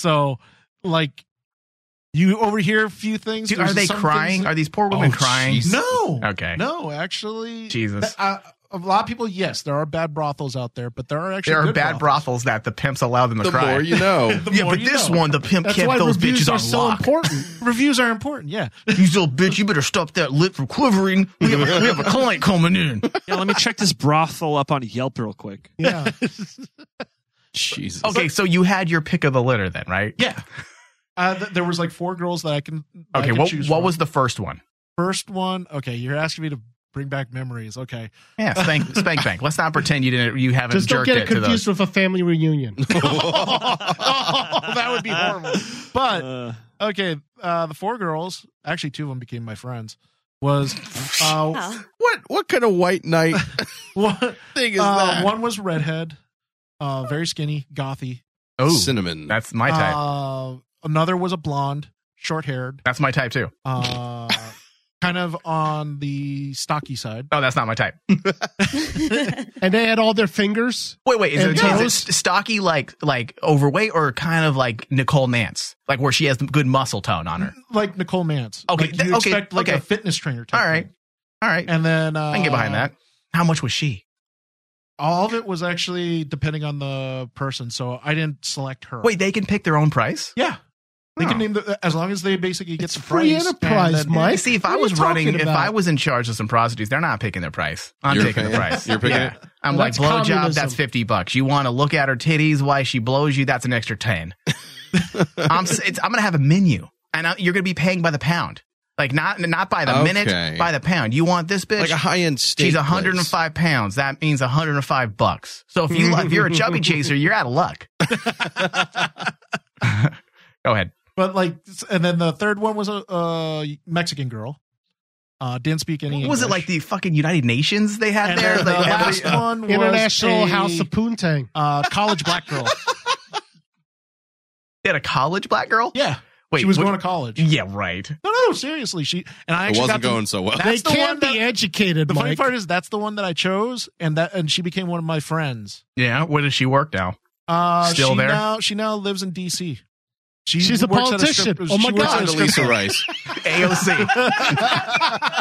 So, like, you overhear a few things. Dude, are There's they some crying? things- Are these poor women Oh, crying? jeez. No. Okay. No, actually, Jesus. I- a lot of people, yes, there are bad brothels out there, but there are actually There are good bad brothels that the pimps allow them to The cry. more you know. The yeah, more but you this know. one, the pimp That's kept those those reviews bitches are on so lock. [LAUGHS] important. reviews are important. Yeah, You little bitch, you better stop that lip from quivering. We have a, we [LAUGHS] have a client coming in. Yeah, let me check this brothel up on Yelp real quick. Yeah. [LAUGHS] Jesus. Okay, so you had your pick of the litter then, right? yeah. Uh, th- there was like four girls that I can. that I Okay, could what choose what from. was the first one? first one? Okay, you're asking me to bring back memories. Okay, Yeah, [LAUGHS] spank spank bank. Let's not pretend you didn't you haven't Just jerked don't get it it to those. confused with a [LAUGHS] family reunion. [LAUGHS] Oh, that would be horrible. But Uh, okay, uh, the four girls, actually two of them became my friends. Was uh, Oh. [LAUGHS] Oh, What what kind of white knight one, thing is uh, that? one was redhead, uh, very skinny, gothy. Oh, Cinnamon. that's my type. Uh, another was a blonde, short haired, that's my type too. [LAUGHS] uh, kind of on the stocky side. No, Oh, that's not my type. [LAUGHS] and they had all their fingers. Wait, wait, is And it, is it toes? stocky like like overweight or kind of like Nicole Nance, like where she has good muscle tone on her? Like Nicole Mance. Okay, Like, th- you okay, expect like okay. a fitness trainer. Type All right, thing. all right, And then uh, I can get behind that. How much was she? All of it was actually depending on the person, so I didn't select her. Wait, they can pick their own price. yeah, they Oh. can name the as long as they basically get It's the free price enterprise, and then- Mike. You see, if What I are you was running, talking if about? I was in charge of some prostitutes, they're not picking their price. I'm You're taking the paying- price. you're picking it? I'm Well, like that's blowjob. communism. That's fifty bucks. You want to look at her titties while she blows you? That's an [LAUGHS] extra ten. I'm s- it's, I'm gonna have a menu, and I, you're gonna be paying by the pound, like not not by the Okay. minute, by the pound. You want this bitch? Like a high end steak. She's place. 105 pounds. That means 105 bucks. So if you if you're a [LAUGHS] chubby chaser, you're out of luck. [LAUGHS] Go ahead. But like, and then the third one was a, a Mexican girl. Uh, didn't speak any. What was it English. like the fucking United Nations they had And there? then the Like, [LAUGHS] last everybody- one was International a, House of Poontang. uh, college black [LAUGHS] girl. they had a college black girl. Yeah, Wait, she was what- Mm. going to college. Yeah, right. No, no, seriously, she and I It actually wasn't got to- going so well. That's They the can one be that- educated, The funny Mike. part is that's the one that I chose, and that and she became one of my friends. Yeah, where does she work now? Uh, Still she there? Now, she now lives in D.C. She She's a works at politician. strip- Oh my she works God. at Find a [LAUGHS] strip Lisa club. Rice. AOC.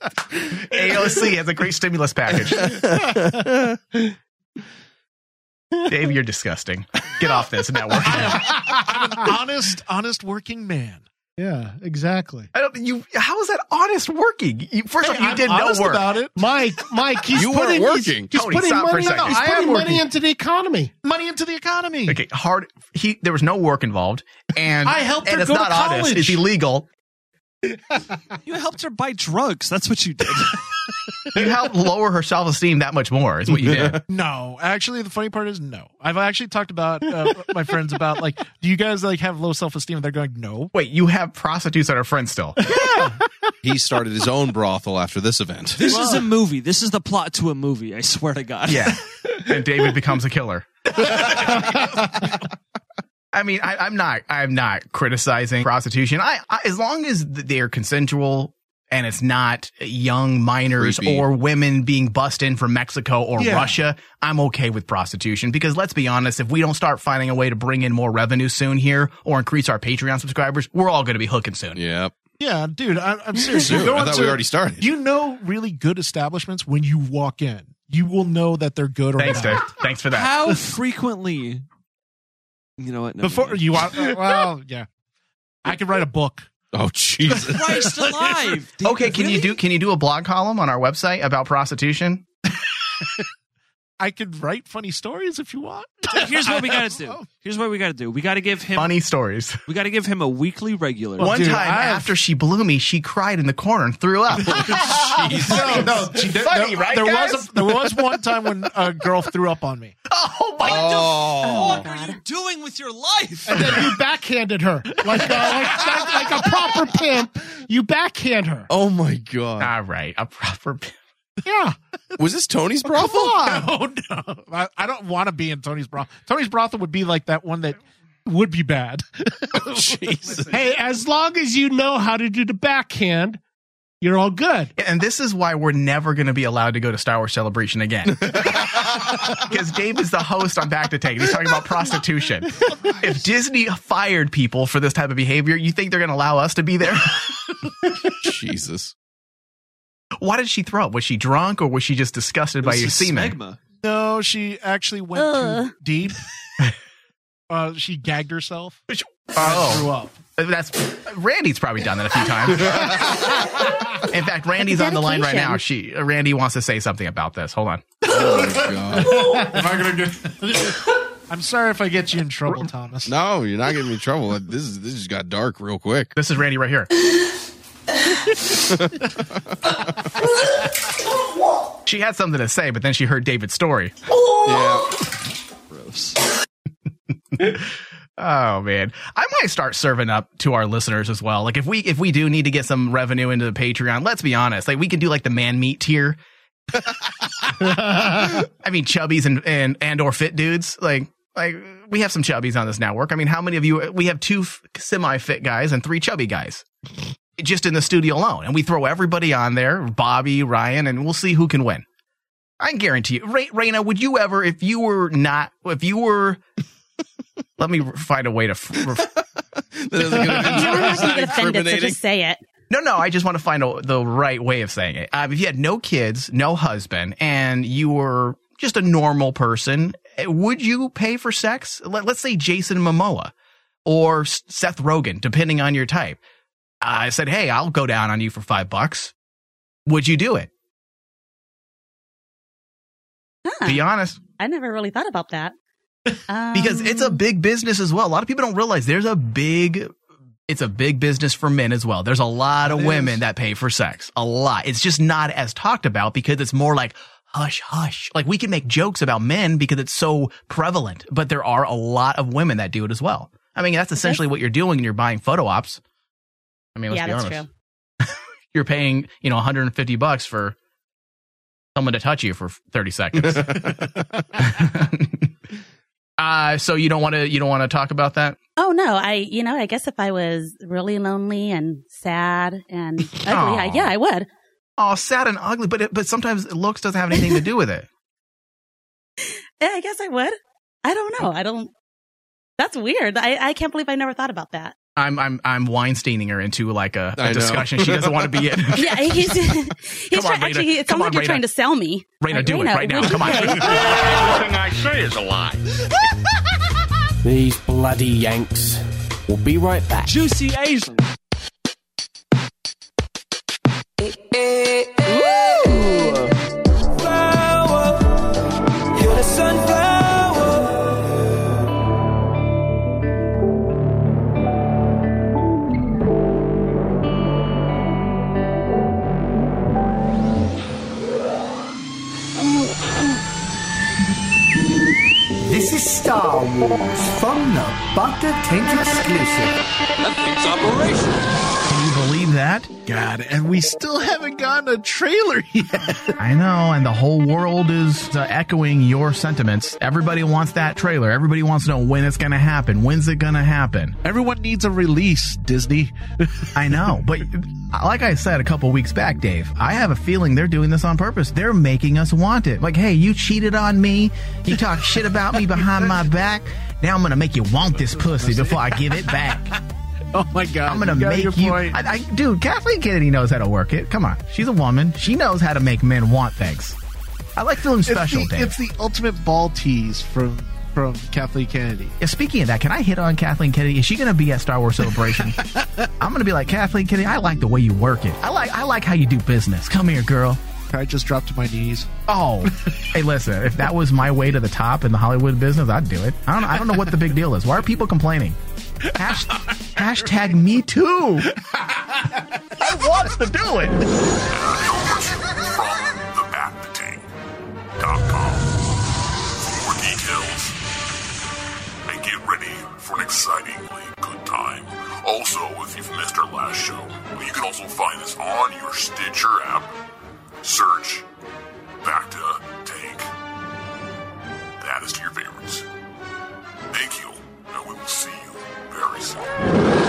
AOC has a great stimulus package. Dave, you're disgusting. Get off this [LAUGHS] network. I'm an [LAUGHS] honest, honest working man. Yeah, exactly. I don't. You. How is that honest working? You, first off, you I'm did no honest work. about it. Mike, Mike, he's You putting, weren't he's- working. He's, Tony, putting stop for a money, second. no, I he's am putting money working. into the economy. Money into the economy. Okay, hard. He there was no work involved, and I helped and her it's go to not honest. college. It's illegal. you helped her buy drugs. That's what you did. [LAUGHS] You helped lower her self esteem that much more. Is what you [LAUGHS] did. No, actually, the funny part is no. I've actually talked about uh, my friends about like, do you guys like have low self esteem? They're going no. Wait, you have prostitutes that are friends still. He started his own brothel after this event. This is a movie. This is the plot to a movie. I swear to God. [LAUGHS] Yeah, and David becomes a killer. I mean, I, I'm not. I'm not criticizing prostitution. I, I as long as they're consensual and it's not young minors Creepy. or women being bussed in from Mexico or Yeah. Russia, I'm okay with prostitution because let's be honest, if we don't start finding a way to bring in more revenue soon here or increase our Patreon subscribers, we're all going to be hooking [LAUGHS] soon. Yep. Yeah, dude, I, I'm serious. Dude, You go I thought into- we already started. You know, really good establishments when you walk in, you will know that they're good or Thanks, [LAUGHS] not. Dave. Thanks for that. How frequently? You know what? never Before mind. you want, well, yeah, I could write a book. Oh Jesus! Christ alive! okay, can you do can you do a blog column on our website about prostitution? I could write funny stories if you want. Here's what we got to do. Here's what we got to do. We got to give him funny stories. We got to give him a weekly regular. One time after she blew me, she cried in the corner and threw [LAUGHS] up. No, no, she did- Funny, there, right, There guys? was a, there was one time when a girl threw up on me. Oh my Oh, What God. the fuck are you doing with your life? And then you backhanded her like uh, like, like, like a proper pimp. You backhand her. Oh my god! All right, a proper. Yeah. Was this Tony's [LAUGHS] brothel? [LAUGHS] No, Oh, no. I, I don't want to be in Tony's brothel. Tony's brothel would be like that one that would be bad. [LAUGHS] Hey, as long as you know how to do the backhand, you're all good. And this is why we're never going to be allowed to go to Star Wars Celebration again. [LAUGHS] Because Dave is the host on Back to Tank. He's talking about prostitution. If Disney fired people for this type of behavior, you think they're going to allow us to be there? [LAUGHS] Jesus. Why did she throw up? Was she drunk or was she just disgusted by your semen? No, she actually went too deep. Uh, she gagged herself. Oh. Threw up. That's Randy's probably done that a few times. In fact, Randy's on the line right now. She uh, Randy wants to say something about this. Hold on. Oh, Am I gonna get? I'm sorry if I get you in trouble, Thomas. No, you're not getting me in trouble. This is this just got dark real [LAUGHS] quick. [LAUGHS] This is Randy right here. She had something to say, but then she heard David's story. Yeah. Gross. [LAUGHS] oh man, I might start serving up to our listeners as well. Like if we if we do need to get some revenue into the Patreon, let's be honest. Like we could do like the man meat tier. I mean, chubbies and and and or fit dudes. Like like we have some chubbies on this network. I mean, how many of you? We have two semi fit guys and three chubby guys. Just in the studio alone, and we throw everybody on there, Bobby, Ryan, and we'll see who can win. I guarantee you, Ray, Raina, would you ever, if you were not, if you were, [LAUGHS] let me find a way to. F- I'm actually get offended, so just say it. No, no, I just want to find a, the right way of saying it. Um, if you had no kids, no husband, and you were just a normal person, eh, would you pay for sex? Let, let's say Jason Momoa or S- Seth Rogen, depending on your type. I said, hey, I'll go down on you for five bucks. Would you do it? Be honest. I never really thought about that. Um, [LAUGHS] because it's a big business as well. A lot of people don't realize there's a big it's a big business for men as well. There's a lot of It women is. that pay for sex. A lot. It's just not as talked about because it's more like hush hush. Like we can make jokes about men because it's so prevalent, but there are a lot of women that do it as well. I mean, that's essentially what you're doing and you're buying photo ops. I mean, let's yeah, be that's honest. true. You're paying, you know, 150 bucks for someone to touch you for 30 seconds. [LAUGHS] uh, so you don't want to you don't want to talk about that? Oh no, I you know I guess if I was really lonely and sad [LAUGHS] and ugly, I, Aw. yeah, I would. Oh, sad and ugly, but it, but sometimes looks doesn't have anything to do with it. Yeah, I guess I would. I don't know. I don't. That's weird. I I can't believe I never thought about [LAUGHS] that. I'm I'm I'm Weinsteining her into like a, I a know. discussion she doesn't want to [LAUGHS] be in. Yeah, he's [LAUGHS] he's Come on, try- Raina. actually. he- It Come sounds like on, you're Raina. trying to sell me. Raina, Like, do it right now. would [LAUGHS] Come on. [LAUGHS] you pay? Everything I say is a lie. These bloody Yanks. We'll be right back. Juicy Asian. You're the sunflower. This is Star Wars from the Butter Tank exclusive. Nothing's operational. Can you believe that? God, and we still haven't gotten a trailer yet. I know, and the whole world is uh, echoing your sentiments. Everybody wants that trailer. Everybody wants to know when it's going to happen. When's it going to happen? Everyone needs a release, Disney. I know, but like I said a couple weeks back, Dave, I have a feeling they're doing this on purpose. They're making us want it. Like, hey, you cheated on me. You talked shit about me behind my back. Now I'm going to make you want this pussy before I give it back. [LAUGHS] Oh my god! I'm gonna make you, I, I, dude. Kathleen Kennedy knows how to work it. Come on, she's a woman. She knows how to make men want things. I like feeling special, it's the, Dave. It's the ultimate ball tease from from Kathleen Kennedy. Yeah, speaking of that, can I hit on Kathleen Kennedy? Is she going to be at Star Wars Celebration? I'm going to be like Kathleen Kennedy. I like the way you work it. I like I like how you do business. Come here, girl. I just dropped to my knees. Oh, [LAUGHS] hey, listen. If that was my way to the top in the Hollywood business, I'd do it. I don't. I don't know what the big deal is. Why are people complaining? Hash, hashtag me [LAUGHS] too. I wants to do it. [LAUGHS] thebatmachine.com for more details. And get ready for an excitingly good time. Also, if you've missed our last show, you can also find us on your Stitcher app. Search Back to Tank. That is to your favorites. Thank you, and we will see you very soon.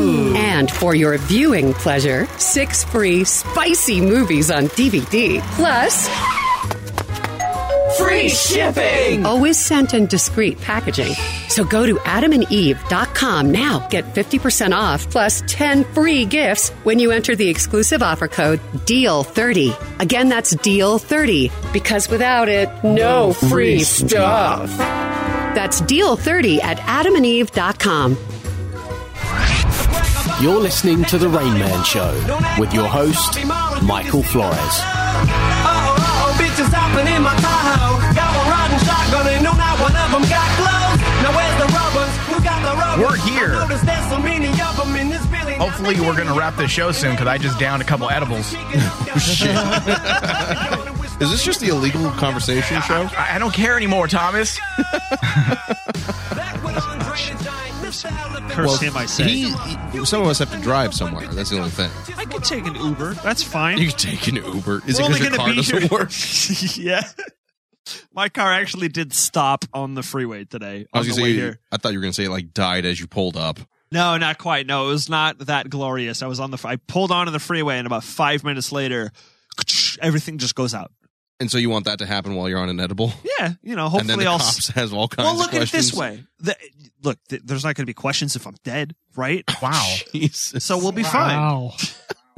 And for your viewing pleasure, six free spicy movies on DVD. Plus, Free shipping! Always sent in discreet packaging. So go to adamandeve.com now. Get 50% off plus 10 free gifts when you enter the exclusive offer code E DEAL30. Again, that's E DEAL30 because without it, Oh, no free stuff. That's E DEAL30 at adamandeve.com. You're listening to The Rain Man Show with your host, Michael Flores. Uh-oh, bitches hopping in my Tahoe. Got one rotten shotgun and no not one of them got clothes. Now where's the rubbers? Who got the rubbers? We're here. I noticed there's so many of 'em in this building. Hopefully, we're going to wrap this show soon because I just downed a couple [LAUGHS] edibles. Is this just the illegal conversation show? I, I don't care anymore, Thomas. Curse him, I said. he- he- some of us have to drive somewhere. That's the only thing. I could take an Uber. That's fine. You can take an Uber. Is We're it only because your gonna car be doesn't here- work? yeah. My car actually did stop on the freeway today. I On was the gonna way say. here. I thought you were gonna say it like died as you pulled up. No, not quite. No, it was not that glorious. I was on the. I pulled onto the freeway, and about five minutes later, everything just goes out. And so you want that to happen while you're on an edible? Yeah, you know. and then Hopefully, the I'll. cops s- has all kinds. well, look at of it this questions. way. The, look, th- there's not going to be questions if I'm dead, right? [LAUGHS] Wow. So we'll be Wow. fine.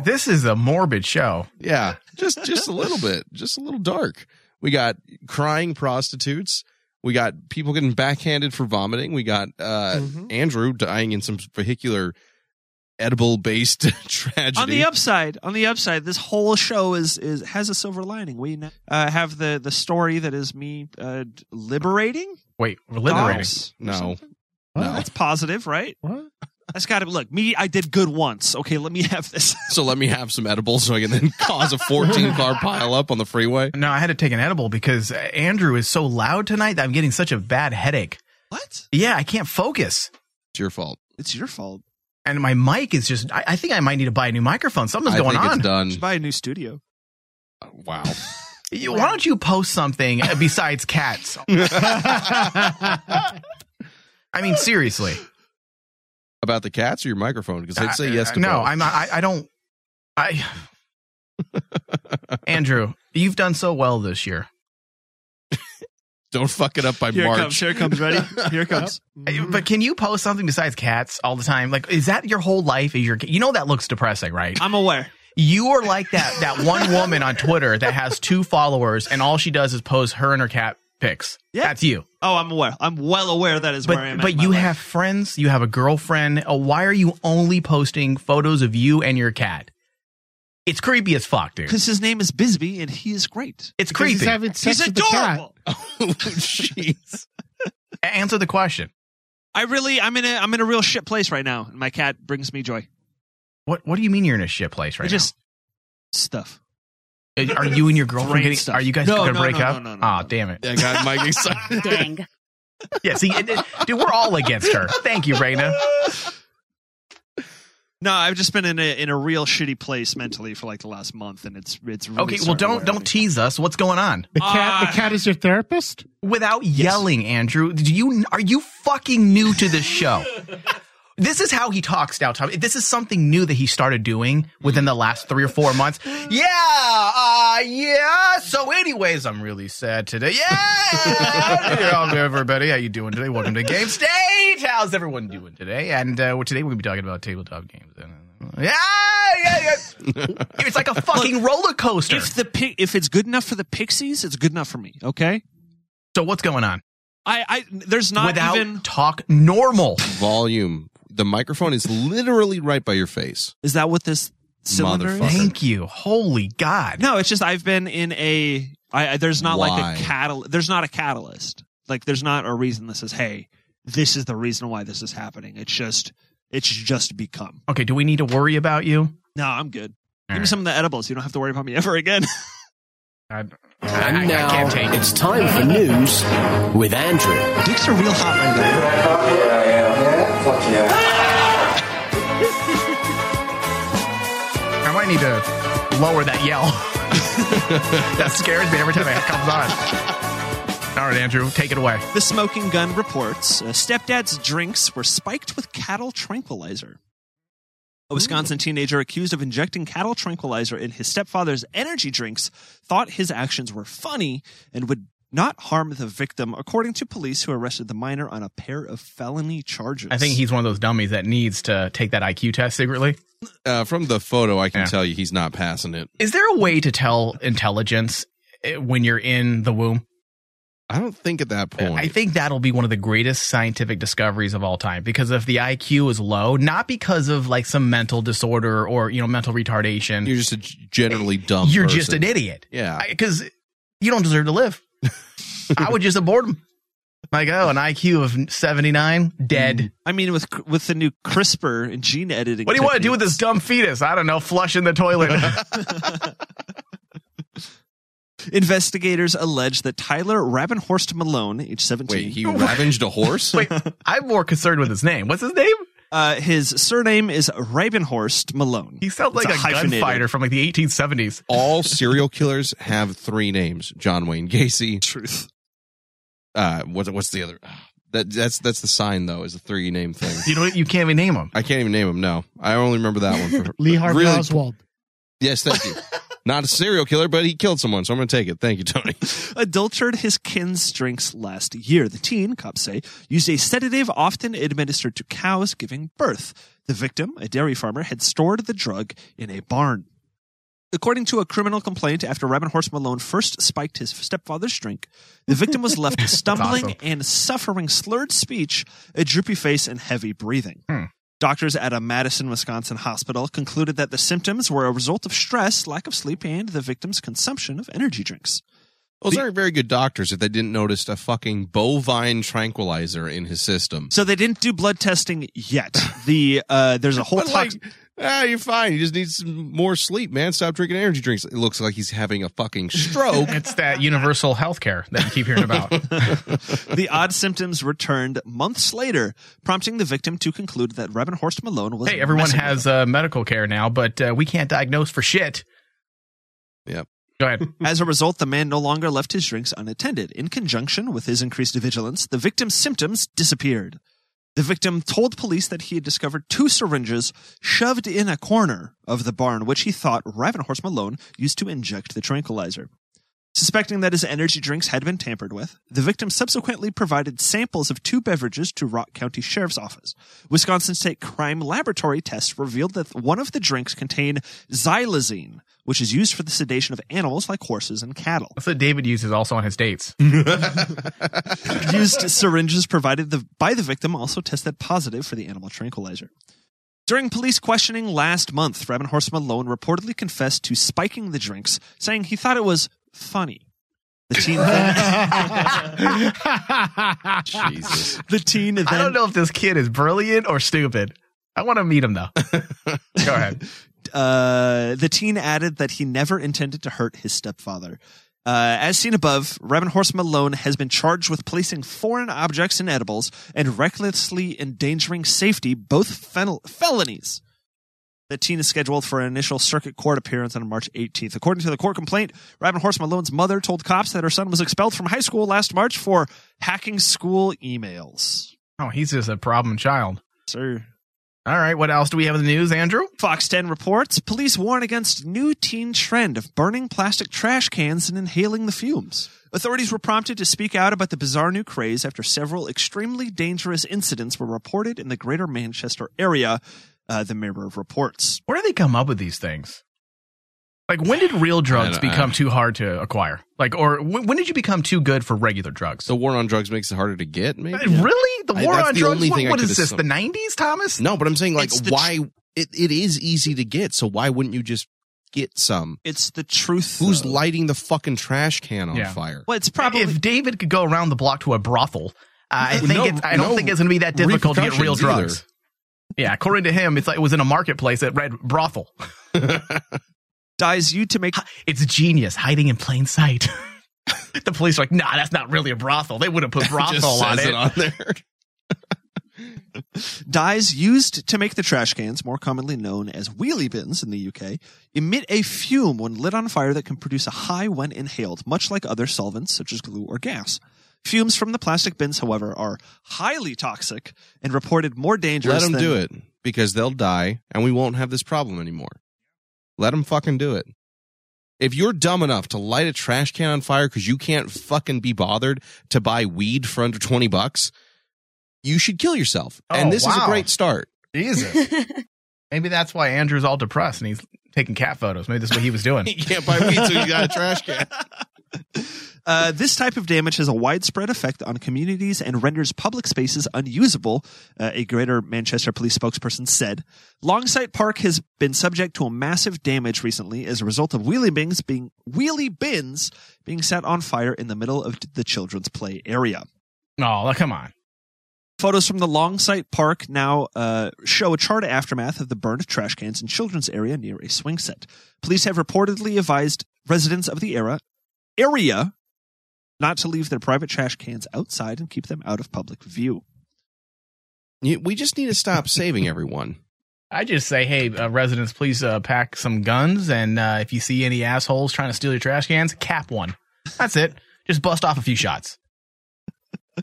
This is a morbid show. Yeah, just [LAUGHS] just a little bit, just a little dark. We got crying prostitutes. We got people getting backhanded for vomiting. We got uh, Mm-hmm. Andrew dying in some vehicular edible [LAUGHS] based tragedy. On the upside, on the upside, this whole show is is has a silver lining. We uh, have the the story that is me uh, liberating. Wait, we're liberating. Dogs. No. That's positive, right? What? That's got to look. Me, I did good once. Okay, let me [LAUGHS] have this. So let me have some edibles so I can then [LAUGHS] cause a 14 car pileup on the freeway. No, I had to take an edible because uh, Andrew is so loud tonight that I'm getting such a bad headache. What? Yeah, I can't focus. It's your fault. It's your fault. And my mic is just, I, I think I might need to buy a new microphone. Something's I going think on. it's done. Uh, Buy a new studio. [LAUGHS] Wow. You- Why don't you post something besides cats? I mean, seriously. About the cats or your microphone? Because they'd say I- yes to Uh, No, both. I'm not, I, I don't. I. Andrew, you've done so well this year. Don't fuck it up by Here it March. comes. Here it comes. [LAUGHS] Ready? Here it comes. But can you post something besides cats all the time? Like, is that your whole life? Is your you know that looks depressing, right? I'm aware. You are like that that one woman on Twitter that has two followers and all she does is post her and her cat picks. Yeah, that's you. Oh, I'm aware. I'm well aware that is But where I am. at in but my you life. have friends. You have a girlfriend. Uh, why are you only posting photos of you and your cat? It's creepy as fuck, dude. because his name is Bisbee and he is great. It's Because creepy. He's, having sex with the cat. Jeez. Answer the question. I really, I'm in a, I'm in a real shit place right now, and my cat brings me joy. What What do you mean you're in a shit place right I just stuff. now? Are you and your girlfriend Brain getting? stuff. Are you guys No, gonna no, break no, up? no, no, Aw, damn it! I got Mike [LAUGHS] excited. Dang. yeah, see, it- it- dude, we're all against her. Thank you, Raina. No, I've just been in a in a real shitty place mentally for like the last month, and it's it's really Okay, well, don't don't tease us. What's going on? The cat, the cat is your therapist. Without yelling, Andrew. Do you are you fucking new to this show? [LAUGHS] this is how he talks now, Tom. This is something new that he started doing within the last three or four months. Yeah, uh, yeah. So, anyways, I'm really sad today. Yeah, Hey, um, everybody, how you doing today? Welcome to Game State. How's everyone doing today? And uh, well, today we're gonna be talking about tabletop games. [LAUGHS] Yeah, yeah, yeah. it's like a fucking roller coaster. If the pi- if it's good enough for the Pixies, it's good enough for me. Okay. So what's going on? [LAUGHS] I I there's not Without even talk normal volume. The microphone is literally right by your face. Is that what this cylinder is? Motherfucker. Thank you. Holy God. No, it's just I've been in a. I, I there's not Why? like a catal. There's not a catalyst. Like there's not a reason that says, "Hey, this is the reason why this is happening." It's just it's just become. Okay, do we need to worry about you? No, I'm good. Give All me right. some of the edibles. You don't have to worry about me ever [LAUGHS] again. And now it's time for news with Andrew. Dicks are real hot right now. I might need to lower that yell. [LAUGHS] that scares me every time it comes on. All right, Andrew, take it away. The smoking gun reports uh, stepdad's drinks were spiked with cattle tranquilizer. A Wisconsin teenager accused of injecting cattle tranquilizer in his stepfather's energy drinks thought his actions were funny and would not harm the victim, according to police who arrested the minor on a pair of felony charges. I think he's one of those dummies that needs to take that IQ test secretly. Uh, from the photo, I can Yeah. tell you he's not passing it. Is there a way to tell intelligence eh, when you're in the womb? I don't think at that point. I think that'll be one of the greatest scientific discoveries of all time because if the IQ is low, not because of like some mental disorder or, you know, mental retardation, You're just a g- generally dumb. you're person. just an idiot. Yeah. Because you don't deserve to [LAUGHS] live. I would just abort him. Like, oh, an IQ of 79, dead. I mean, with with the new CRISPR and gene editing. Mm-hmm. What do you want to do techniques- with this dumb fetus? I don't know. Flush in the toilet. [LAUGHS] Investigators allege that Tyler Ravenhorst Malone, age 17. Wait, [LAUGHS] he ravaged a horse? Wait, I'm more concerned with his name. What's his name? Uh, his surname is Ravenhorst Malone. He sounds like It's a, hyphenated- gunfighter from like the 1870s. All serial killers have three names: John Wayne Gacy. Truth. Uh, what's what's the other? That that's that's the sign though is the three name thing. You know what? You can't even name him. I can't even name him. No, I only remember that one. For, Lee Harvey Really- Oswald. Yes, thank [LAUGHS] you. Not a serial killer, but he killed someone, so I'm going to take it. Thank you, Tony. Adulterated his kin's drinks last year. The teen, cops say, used a sedative often administered to cows giving birth. The victim, a dairy farmer, had stored the drug in a barn. According to a criminal complaint, after Ravenhorst Malone first spiked his stepfather's drink, the victim was [LAUGHS] left stumbling awesome. and suffering slurred speech, a droopy face, and heavy breathing. Hmm. Doctors at a Madison, Wisconsin hospital concluded that the symptoms were a result of stress, lack of sleep, and the victim's consumption of energy drinks. Those aren't very good doctors if they didn't notice a fucking bovine tranquilizer in his system. So they didn't do blood testing [LAUGHS] yet. The uh, there's a whole But like, tox- ah, you're fine. You just need some more sleep, man. Stop drinking energy drinks. It looks like he's having a fucking [LAUGHS] stroke. It's that universal health care that you keep hearing about. the odd symptoms returned months later, prompting the victim to conclude that Ravenhorst Malone was hey, everyone messing with has uh, medical care now, but uh, we can't diagnose for shit. yep. Go ahead. [LAUGHS] As a result, the man no longer left his drinks unattended. In conjunction with his increased vigilance, the victim's symptoms disappeared. The victim told police that he had discovered two syringes shoved in a corner of the barn, which he thought Ravenhorse Malone used to inject the tranquilizer. Suspecting that his energy drinks had been tampered with, the victim subsequently provided samples of two beverages to Rock County Sheriff's Office. Wisconsin State Crime Laboratory tests revealed that one of the drinks contained xylazine, which is used for the sedation of animals like horses and cattle. That's what David uses also on his dates. used syringes provided the, by the victim also tested positive for the animal tranquilizer. During police questioning last month, Rabbit Horse Malone reportedly confessed to spiking the drinks, saying he thought it was funny. The teen then, Jesus. The teen then I don't know if this kid is brilliant or stupid. I want to meet him though. Go ahead. Uh, the teen added that he never intended to hurt his stepfather. Uh, as seen above, Raven Horse Malone has been charged with placing foreign objects in edibles and recklessly endangering safety, both fel- felonies. The teen is scheduled for an initial circuit court appearance on March 18th. According to the court complaint, Raven Horse Malone's mother told cops that her son was expelled from high school last March for hacking school emails. Oh, he's just a problem child. Sir. All right, what else do we have in the news, Andrew? Fox 10 reports police warn against new teen trend of burning plastic trash cans and inhaling the fumes. Authorities were prompted to speak out about the bizarre new craze after several extremely dangerous incidents were reported in the greater Manchester area, uh, the Mirror reports. Where do they come up with these things? Like, when did real drugs I don't- I become don't- too hard to acquire? Like, or when, when did you become too good for regular drugs? The war on drugs makes it harder to get. Maybe Uh, Really? The I- war that's on the drugs? only What- thing I what could is this, assume. the 90s, Thomas? No, but I'm saying like It's the why it, it is easy to get. So why wouldn't you just get some? It's the truth. Who's lighting the fucking trash can on Yeah. fire? Well, it's probably if David could go around the block to a brothel. I think No- it's, I don't no think it's going to be that difficult to get real repercussions drugs. Yeah, according to him, it's like it was in a marketplace that read brothel. Dies you to make it's genius hiding in plain sight. [LAUGHS] the police are like, nah, that's not really a brothel. They would have put brothel on says it. [LAUGHS] it on [LAUGHS] there. Dyes used to make the trash cans, more commonly known as wheelie bins in the UK, emit a fume when lit on fire that can produce a high when inhaled, much like other solvents such as glue or gas. Fumes from the plastic bins, however, are highly toxic and reported more dangerous. Let them than- do it because they'll die and we won't have this problem anymore. Let them fucking do it. If you're dumb enough to light a trash can on fire because you can't fucking be bothered to buy weed for under 20 bucks, you should kill yourself. Oh, and this is wow. a great start. Jesus. [LAUGHS] Maybe that's why Andrew's all depressed and he's taking cat photos. Maybe this is what he [LAUGHS] was doing. [LAUGHS] You can't buy weed, so you got a trash can. Uh, this type of damage has a widespread effect on communities and renders public spaces unusable, uh, a Greater Manchester police spokesperson said. Longsight Park has been subject to a massive damage recently as a result of wheelie bins being wheelie bins being set on fire in the middle of the children's play area. Oh, come on. Photos from the Longsight Park now uh, show a charred aftermath of the burned trash cans in children's area near a swing set. Police have reportedly advised residents of the era area not to leave their private trash cans outside and keep them out of public view. [LAUGHS] You- We just need to stop saving everyone. I just say, hey, uh, residents, please uh, pack some guns. And uh, if you see any assholes trying to steal your trash cans, cap one. That's it. Just bust off a [LAUGHS] few shots.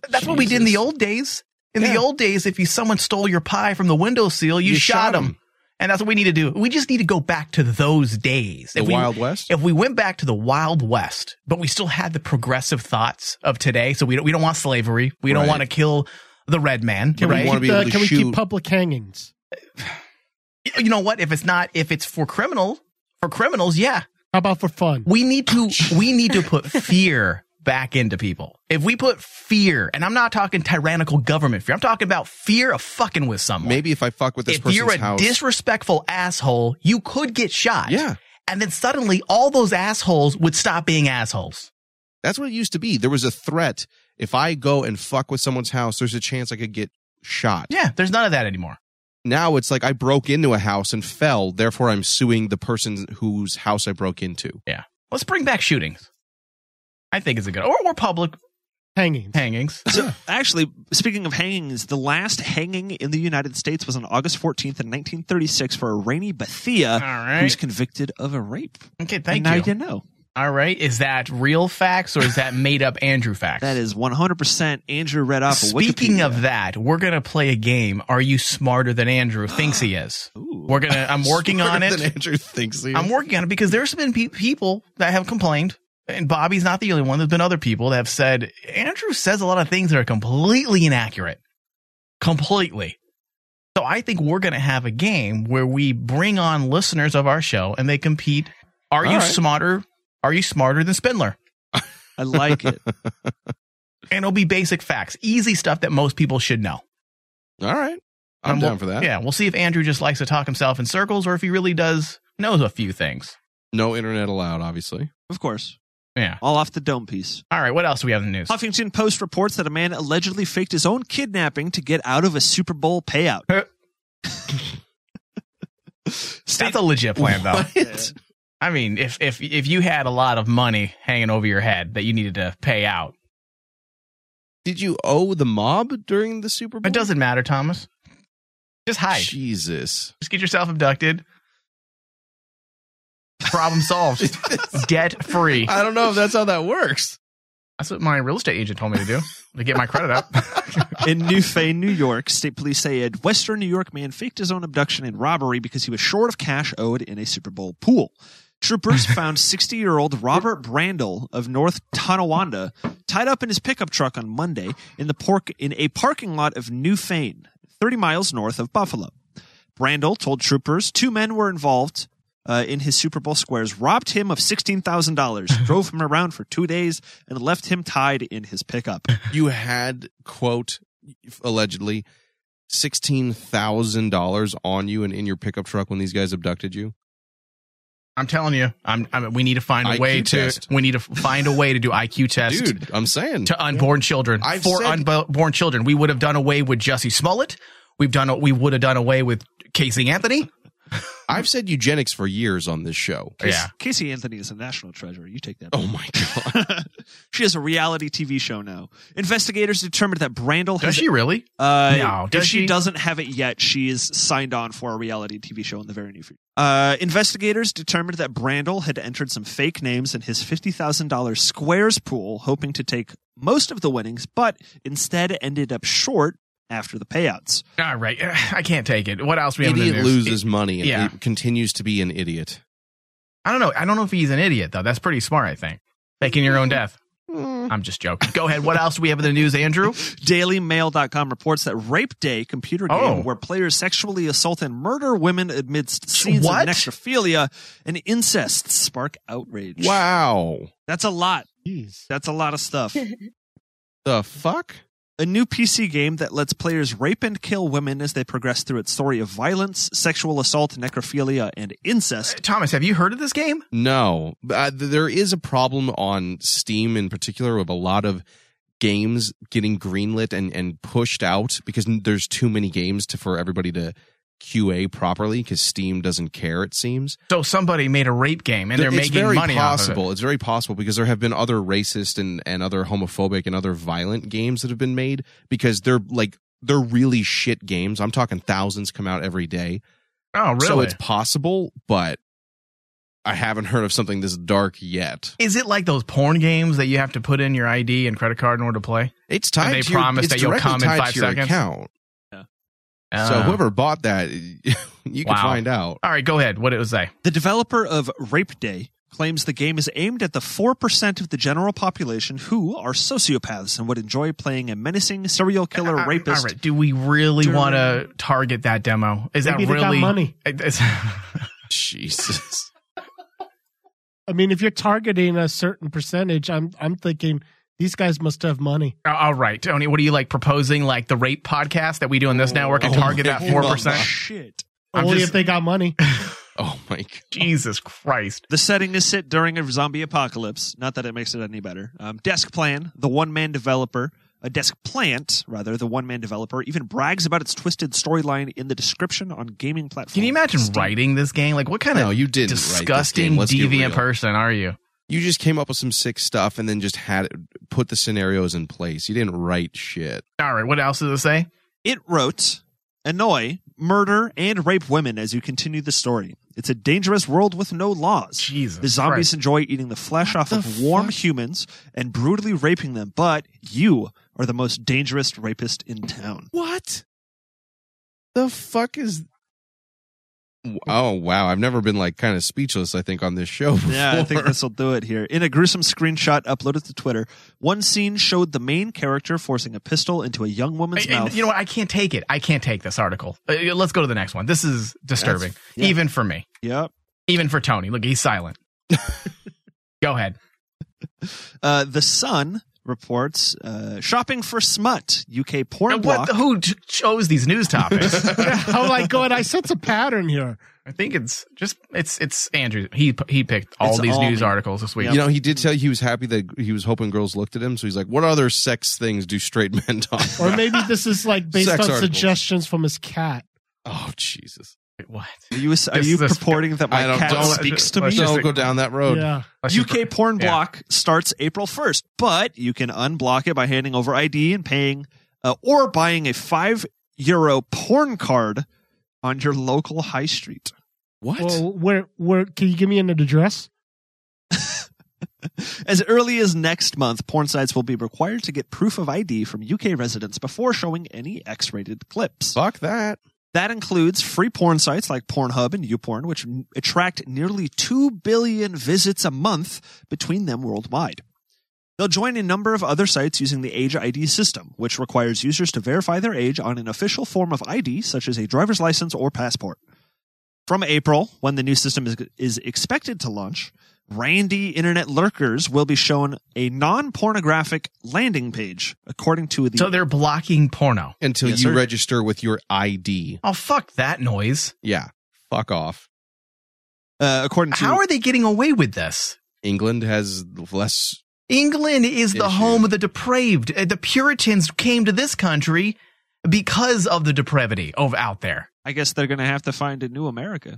That's what we did in the old days. In the old days, if you someone stole your pie from the windowsill, you, You shot shot them. 'em. And that's what we need to do. We just need to go back to those days. The we, Wild West? If we went back to the Wild West, but we still had the progressive thoughts of today, so we don't, we don't want slavery. We don't Right. want to kill the red man. Can we right? wanna be able to can we shoot- keep public hangings? you know what? If it's not, if it's for criminal, for criminals, yeah. How about for fun? We need to, we need to put fear back into people. If we put fear, and I'm not talking tyrannical government fear, I'm talking about fear of fucking with someone. Maybe if I fuck with this if person's you're a house. disrespectful asshole, you could get shot. Yeah. And then suddenly all those assholes would stop being assholes. That's what it used to be. There was a threat. If I go and fuck with someone's house, there's a chance I could get shot. Yeah. There's none of that anymore. Now it's like I broke into a house and fell, therefore I'm suing the person whose house I broke into. Yeah. Let's bring back shootings. I think it's a good, or, or public hangings. Hangings. So, actually, speaking of hangings, the last hanging in the United States was on August 14th in 1936 for Rainey Bethia, right. who's convicted of a rape. Okay. Thank and now you. you know. All right. Is that real facts or is that made up Andrew facts? That is 100% Andrew read off of Speaking Wikipedia. of that, we're gonna play a game. Are you smarter than Andrew thinks he is? We're gonna. [LAUGHS] I'm working on Smarter Than it. Andrew thinks he is. I'm working on it because there's been pe- people that have complained, and Bobby's not the only one. There's been other people that have said Andrew says a lot of things that are completely inaccurate, completely. So I think we're gonna have a game where we bring on listeners of our show and they compete Are All you right. smarter? Are you smarter than Spindler? I like [LAUGHS] it. and it'll be basic facts, easy stuff that most people should know. All right. I'm And we'll- down for that. Yeah, we'll see if Andrew just likes to talk himself in circles or if he really does knows a few things. No internet allowed, obviously. Of course. Yeah. All off the dome piece. All right, what else do we have in the news? Huffington Post reports that a man allegedly faked his own kidnapping to get out of a Super Bowl payout. That's a legit [LAUGHS] plan, though. I mean, if if if you had a lot of money hanging over your head that you needed to pay out, did you owe the mob during the Super Bowl? It doesn't matter, Thomas. Just hide. Jesus. Just get yourself abducted. [LAUGHS] Problem solved. Debt free. I don't know if that's how that works. That's what my real estate agent told me to do to get my [LAUGHS] credit up. [LAUGHS] In Newfane, New York, state police say a Western New York man faked his own abduction and robbery because he was short of cash owed in a Super Bowl pool. Troopers found 60 year old Robert Brandel of North Tonawanda tied up in his pickup truck on Monday in, the pork, in a parking lot of Newfane, 30 miles north of Buffalo. Brandel told troopers two men were involved uh, in his Super Bowl squares, robbed him of $16,000, drove him around for two days, and left him tied in his pickup. You had quote allegedly sixteen thousand dollars on you and in your pickup truck when these guys abducted you. I'm telling you, I'm, I'm we need to find a IQ way to test. we need to find a way to do IQ test. Dude, I'm saying to unborn children I've for said- unborn children. We would have done away with Jesse Smollett. We've done we would have done away with Casey Anthony. I've said eugenics for years on this show. Casey- Casey Anthony is a national treasure. You take that. Oh my god. [LAUGHS] she has a reality TV show now. Investigators determined that Brandel Does has she really? Uh, No, if does she, she? doesn't have it yet, she is signed on for a reality TV show in the very near future. Uh, investigators determined that Brandel had entered some fake names in his $50,000 squares pool, hoping to take most of the winnings, but instead ended up short after the payouts. All right, [SIGHS] I can't take it. What else we have? in the Idiot news? loses money and yeah. it continues to be an idiot. I don't know. I don't know if he's an idiot though. That's pretty smart, I think. Faking your Mm. own death. I'm just joking. Go ahead. What else do we have in the [LAUGHS] news, Andrew? DailyMail.com reports that Rape Day computer game Oh. where players sexually assault and murder women amidst scenes What? of necrophilia and incest spark outrage. Wow. That's a lot. That's a lot of stuff. the fuck? A new PC game that lets players rape and kill women as they progress through its story of violence, sexual assault, necrophilia, and incest. Thomas, have you heard of this game? No, But, uh, th- there is a problem on Steam in particular with a lot of games getting greenlit and and pushed out because n- there's too many games to for everybody to QA properly because Steam doesn't care. It seems. So somebody made a rape game and they're Th- it's making very money possible. off of it. It's very possible because there have been other racist and, and other homophobic and other violent games that have been made because they're like they're really shit games. I'm talking thousands come out every day. Oh, So really? it's possible, but I haven't heard of something this dark yet. Is it like those porn games that you have to put in your ID and credit card in order to play? It's And tied they to your- promise it's that you'll directly come in tied five to your seconds. Account. so Ah. whoever bought that, [LAUGHS] you can Wow. find out. [LAUGHS] All right, go ahead. What did it say? The developer of Rape Day claims the game is aimed at the 4% of the general population who are sociopaths and would enjoy playing a menacing serial killer All right, rapist. all right, do we really want to target that demo? Is Maybe that they got really [LAUGHS] money. It's- [LAUGHS] Jesus. I mean, if you're targeting a certain percentage, I'm I'm thinking these guys must have money. All right, Tony. What are you like proposing? Like the rape podcast that we do on this network and Oh target my that four percent? Shit. I'm Only just- if they got money. Oh my god. Jesus Christ. The setting is set during a zombie apocalypse. Not that it makes it any better. Um, desk Plan, the one man developer, a desk plant, rather, the one man developer, even brags about its twisted storyline in the description on gaming platforms. Can you imagine writing this game? Like what kind No, of you didn't write this game. disgusting Let's get real. deviant person are you? You just came up with some sick stuff and then just had it, put the scenarios in place. You didn't write shit. All right, what else does it say? It wrote, annoy, murder, and rape women as you continue the story. It's a dangerous world with no laws. Jesus the zombies Christ. enjoy eating the flesh off of warm humans and brutally raping them, but you are the most dangerous rapist in town. What? The fuck is? Oh wow, I've never been like kind of speechless. I think on this show. [LAUGHS] Before. Yeah, I think this will do it here. In a gruesome screenshot uploaded to Twitter, one scene showed the main character forcing a pistol into a young woman's I- I- mouth. you know what? I can't take it. I can't take this article. Uh, let's go to the next one. This is disturbing, yeah. even for me. Yep. [LAUGHS] Even for Tony. Look, he's silent. Go ahead. Uh, the Sun reports uh, shopping for smut UK porn what the- who chose these [LAUGHS] news topics? oh my god, I sense a pattern here. I think it's just it's it's Andrew. He he picked all It's these all news me. articles this week. You know, he did tell you he was happy that he was hoping girls looked at him. So he's like, "What other sex things do straight men talk?" [LAUGHS] Or about?" maybe this is like based Sex on articles. suggestions from his cat. Oh Jesus! What Are you are you purporting that my I don't- cat don't- speaks to me? [LAUGHS] let's just- Don't go down that road. Yeah. Let's just- UK porn yeah. block starts April first, but you can unblock it by handing over ID and paying uh, or buying a five euro porn card on your local high street. What? Well, where where can you give me an address? As early as next month, porn sites will be required to get proof of ID from UK residents before showing any X-rated clips. Fuck that. That includes free porn sites like Pornhub and YouPorn, which n- attract nearly 2 billion visits a month between them worldwide. They'll join a number of other sites using the Age ID system, which requires users to verify their age on an official form of ID, such as a driver's license or passport. From April, when the new system is, is expected to launch, randy internet lurkers will be shown a non-pornographic landing page, according to the. So they're blocking porno until Yes, you sir. register with your ID. Oh fuck that noise! Yeah, fuck off. Uh, according to how are they getting away with this? England has less. England is the home of the depraved. Uh, The Puritans came to this country because of the depravity of out there. I guess they're going to have to find a new America.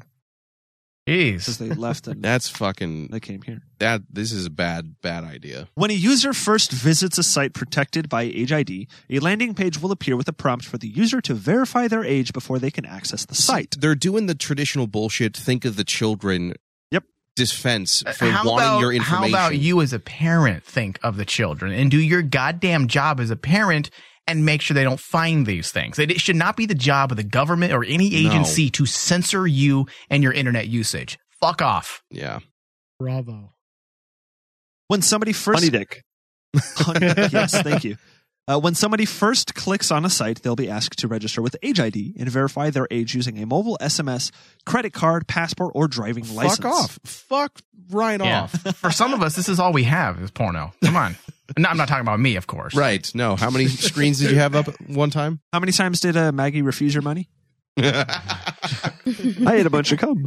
Jeez, they left and that's fucking. They came here. That this is a bad bad idea. When a user first visits a site protected by Age ID, a landing page will appear with a prompt for the user to verify their age before they can access the site. They're doing the traditional bullshit. Think of the children. Yep. Defense Uh, for wanting about, your how information. about you as a parent think of the children and do your goddamn job as a parent and make sure they don't find these things. It, it should not be the job of the government or any No. agency to censor you and your internet usage. Fuck off. Yeah. Bravo. When somebody first [LAUGHS] Honey dick. yes, thank you. Uh, when somebody first clicks on a site, they'll be asked to register with Age ID and verify their age using a mobile SMS, credit card, passport, or driving license. Fuck off. Fuck right Yeah. off. For some of us, this is all we have is porno. Come [LAUGHS] on. no, I'm not talking about me, of course. Right. No. How [LAUGHS] many screens did you have up at one time? How many times did uh, Maggie refuse your money? I ate a bunch of [LAUGHS] cum.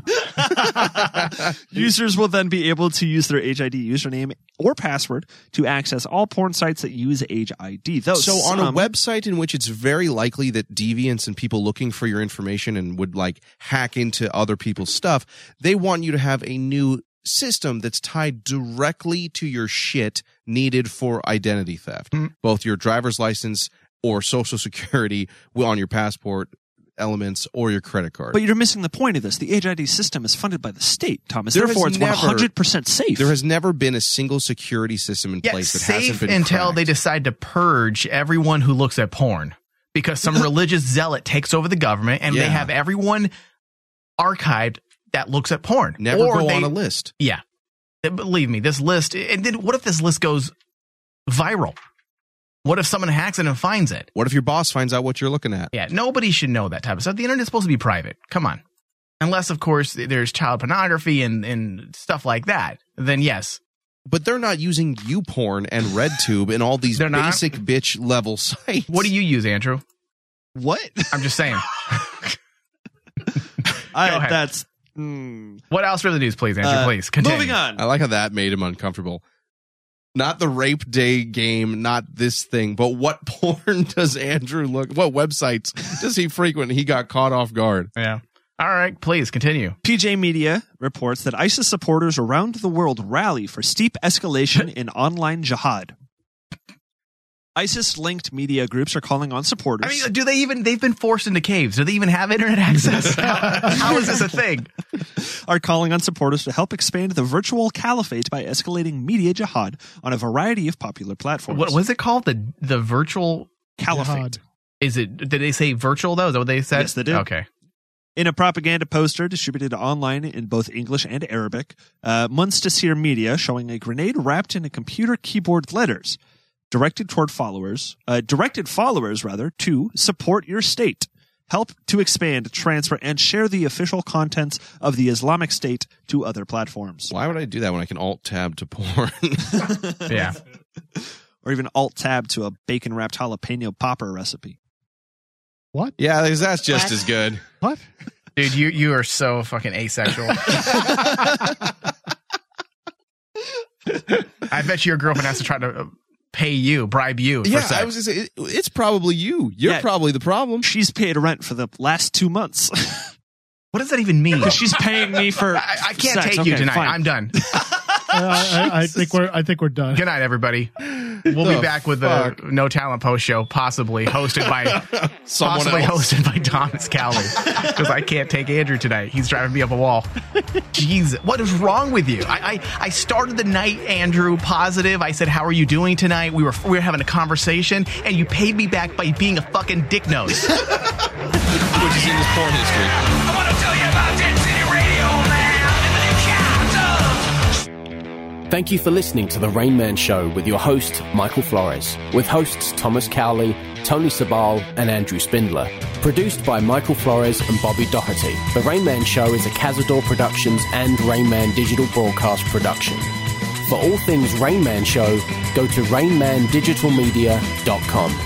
Users will then be able to use their Age ID username or password to access all porn sites that use Age ID. Though so on a Oh, some- website in which it's very likely that deviants and people looking for your information and would like hack into other people's stuff, they want you to have a new system that's tied directly to your shit needed for identity theft, Hmm. both your driver's license or social security on your passport elements or your credit card. But you're missing the point of this. The Age ID system is funded by the state, Thomas. There Therefore, has it's never- 100% safe. there has never been a single security system in Yeah, place that hasn't safe been until cracked. they decide to purge everyone who looks at porn because [LAUGHS] some religious zealot takes over the government and Yeah. they have everyone archived that looks at porn. Never go they- on a list. Yeah. Th- Believe me, this list. And then what if this list goes viral? What if someone hacks it and finds it? What if your boss finds out what you're looking at? Yeah, nobody should know that type of stuff. The internet's supposed to be private. Come on. Unless, of course, th- there's child pornography and, and stuff like that. Then, yes. But they're not using YouPorn and RedTube and all these not? basic bitch level [LAUGHS] sites. What do you use, Andrew? What? I'm [LAUGHS] just saying. I, ahead. that's. mm. What else for the news, please, Andrew? Uh, please continue. moving on. I like how that made him uncomfortable. Not the rape day game, not this thing, but what [LAUGHS] porn does Andrew look? What websites does he frequent? He got caught off guard. Yeah. All right, please continue. PJ Media reports that ISIS supporters around the world rally for steep escalation in online jihad. ISIS linked media groups are calling on supporters. I mean, do they even? They've been forced into caves. Do they even have internet [LAUGHS] access? How- how is this a thing? are calling on supporters to help expand the virtual caliphate by escalating media jihad on a variety of popular platforms. What was it called? The the virtual Caliphate. Is it? Did they say virtual though? Is that what they said? Yes, they did. Okay. In a propaganda poster distributed online in both English and Arabic, uh, Muntasir Media showing a grenade wrapped in a computer keyboard letters, directed toward followers, uh, directed followers rather to support your state. help to expand, transfer, and share the official contents of the Islamic State to other platforms. Why would I do that when I can alt tab to porn? [LAUGHS] yeah. [LAUGHS] Or even alt tab to a bacon wrapped jalapeno popper recipe. What? Yeah, because that's just What? as good. What? Dude, you you are so fucking [LAUGHS] asexual. I bet your girlfriend has to try to uh, pay you, bribe you. For Yeah, sex. I was gonna say it, it's probably you. You're Yeah. probably the problem. She's paid rent for the last two months. what does that even mean? Because she's paying me for. [LAUGHS] I, I can't sex. take you Okay, tonight. fine. I'm done. [LAUGHS] I, I, I think we're I think we're done. Good night, everybody. We'll The be back with the No Talent Post Show, possibly hosted by [LAUGHS] Someone possibly else. hosted by Thomas Cowley, because I can't take Andrew tonight. He's driving me up a wall. Jesus, what is wrong with you? I, I I started the night, Andrew, positive. I said, "How are you doing tonight?" We were we were having a conversation, and you paid me back by being a fucking dick nose. Which is in this porn history. Thank you for listening to The Rain Man Show with your host, Michael Flores, with hosts Thomas Cowley, Tony Sabal, and Andrew Spindler. Produced by Michael Flores and Bobby Doherty, The Rain Man Show is a Cazador Productions and Rain Man Digital Broadcast production. For all things Rain Man Show, go to rainmandigitalmedia.com.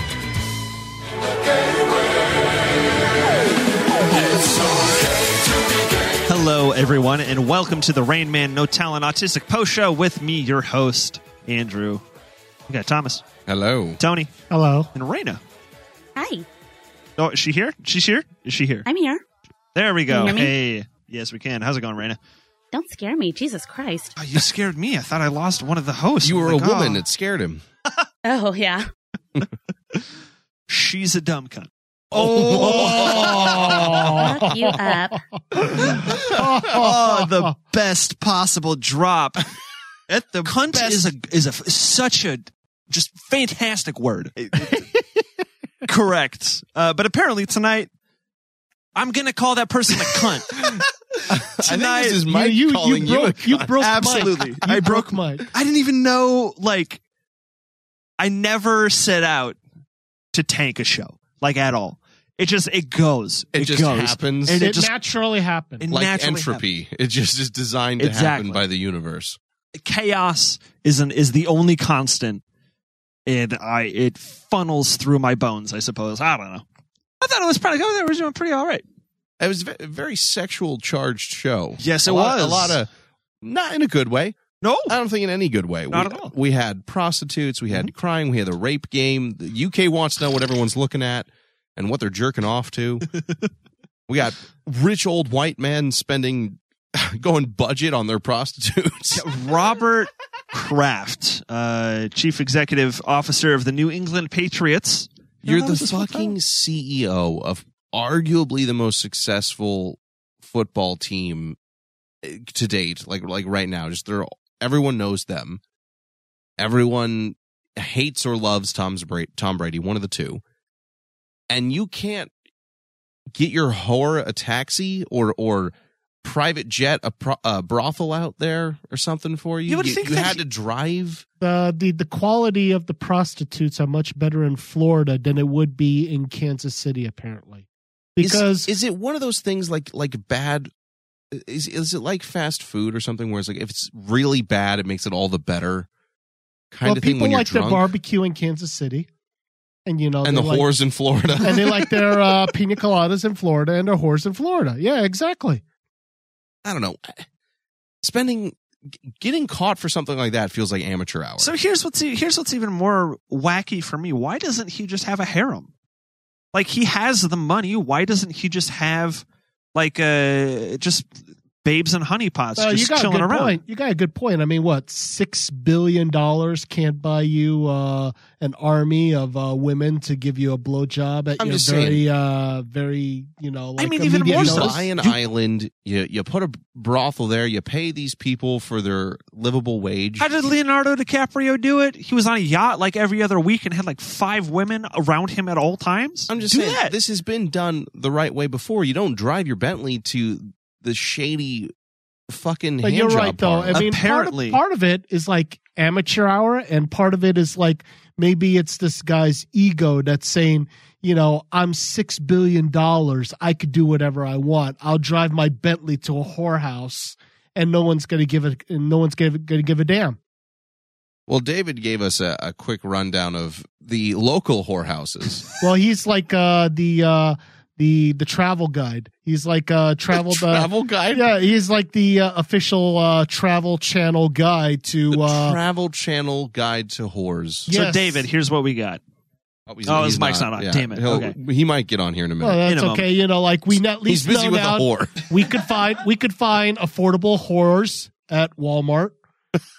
Hello, everyone, and welcome to the Rain Man No Talent Autistic Post Show with me, your host, Andrew. We got Thomas. Hello. Tony. Hello. And Raina. Hi, Oh, is she here? She's here? Is she here? I'm here. There we go. Can you hear Hey. Yes, we can. How's it going, Raina? Don't scare me, Jesus Christ. Oh, you scared me. I thought I lost one of the hosts. You were Like, a woman. oh. It scared him. Oh yeah. [LAUGHS] She's a dumb [LAUGHS] cunt. Fuck you up. oh, the best possible drop. [LAUGHS] At the cunt is a is a such a just fantastic word. [LAUGHS] Correct, uh, but apparently tonight I'm gonna call that person a cunt. tonight this is Mike You- you- you calling you a broke- you cunt. broke Mike. absolutely. You I broke broke Mike. I didn't even know. Like, I never set out to tank a show like at all. It just it goes. It just goes. happens. and it, It just naturally happened. It like naturally entropy. It just is designed to Exactly. happen by the universe. chaos is an, is the only constant and i it funnels through my bones i suppose i don't know I thought it was probably going there. was doing pretty all right. It was a ve- very sexual charged show. Yes, A it lot- was. a lot of not in a good way. No, I don't think in any good way. Not we, at all. Mm-hmm. We had prostitutes. We had crying. We had the rape game. The UK wants to know what everyone's looking at and what they're jerking [LAUGHS] off to. we got rich old white men spending [LAUGHS] going budget on their prostitutes. robert kraft uh chief executive officer of the new england patriots You're the fucking CEO of arguably the most successful football team eh, to date. Like like right now, just they're everyone knows them. Everyone hates or loves Tom's Bra- Tom Brady, one of the two. And you can't get your whore a taxi or or private jet a, pro- a brothel out there or something for you. You would think that had you- to drive. The, the the quality of the prostitutes are much better in Florida than it would be in Kansas City, apparently. Is- Because is, it one of those things like like bad is is it like fast food or something where it's like if it's really bad it makes it all the better kind well, of thing people when like you're their drunk barbecue in Kansas City, and you know, and they the like, whores in Florida [LAUGHS] [LAUGHS] and they like their uh, pina coladas in Florida and their whores in Florida. Yeah, exactly. I don't know spending g- getting caught for something like that feels like amateur hour so here's what's e- here's what's even more wacky for me why doesn't he just have a harem like he has the money why doesn't he just have like uh just babes and honeypots Uh, just you got a chilling good around point. You got a good point. I mean, what six billion dollars can't buy you uh, an army of uh, women to give you a blowjob at I'm your just very, saying. uh, very, you know, like you immediate notice. buy an You- island you you put a brothel there you pay these people for their livable wage How did Leonardo DiCaprio do it? He was on a yacht like every other week and had like five women around him at all times. I'm just do saying that. this has been done the right way before. You don't drive your Bentley to the shady fucking. But hand you're job right, though. parlor. I mean, apparently, part of, part of it is like amateur hour, and part of it is like maybe it's this guy's ego that's saying, you know, I'm six billion dollars. I could do whatever I want. I'll drive my Bentley to a whorehouse, and no one's gonna give it. And no one's gonna, gonna give a damn. Well, David gave us a, a quick rundown of the local whorehouses. Well, he's like uh, the uh, the the travel guide. He's like uh, [LAUGHS] travel travel guide. Yeah, he's like the uh, official uh, travel channel guide to uh, Travel Channel Guide to Whores. So, David, here's what we got. Oh, oh, he's his mic's not, on. yeah. Damn it. He'll- Okay. He might get on here in a minute. Well, Oh, that's okay. You know, like we at least He's busy know with a now whore. we could find we could find affordable horrors at Walmart.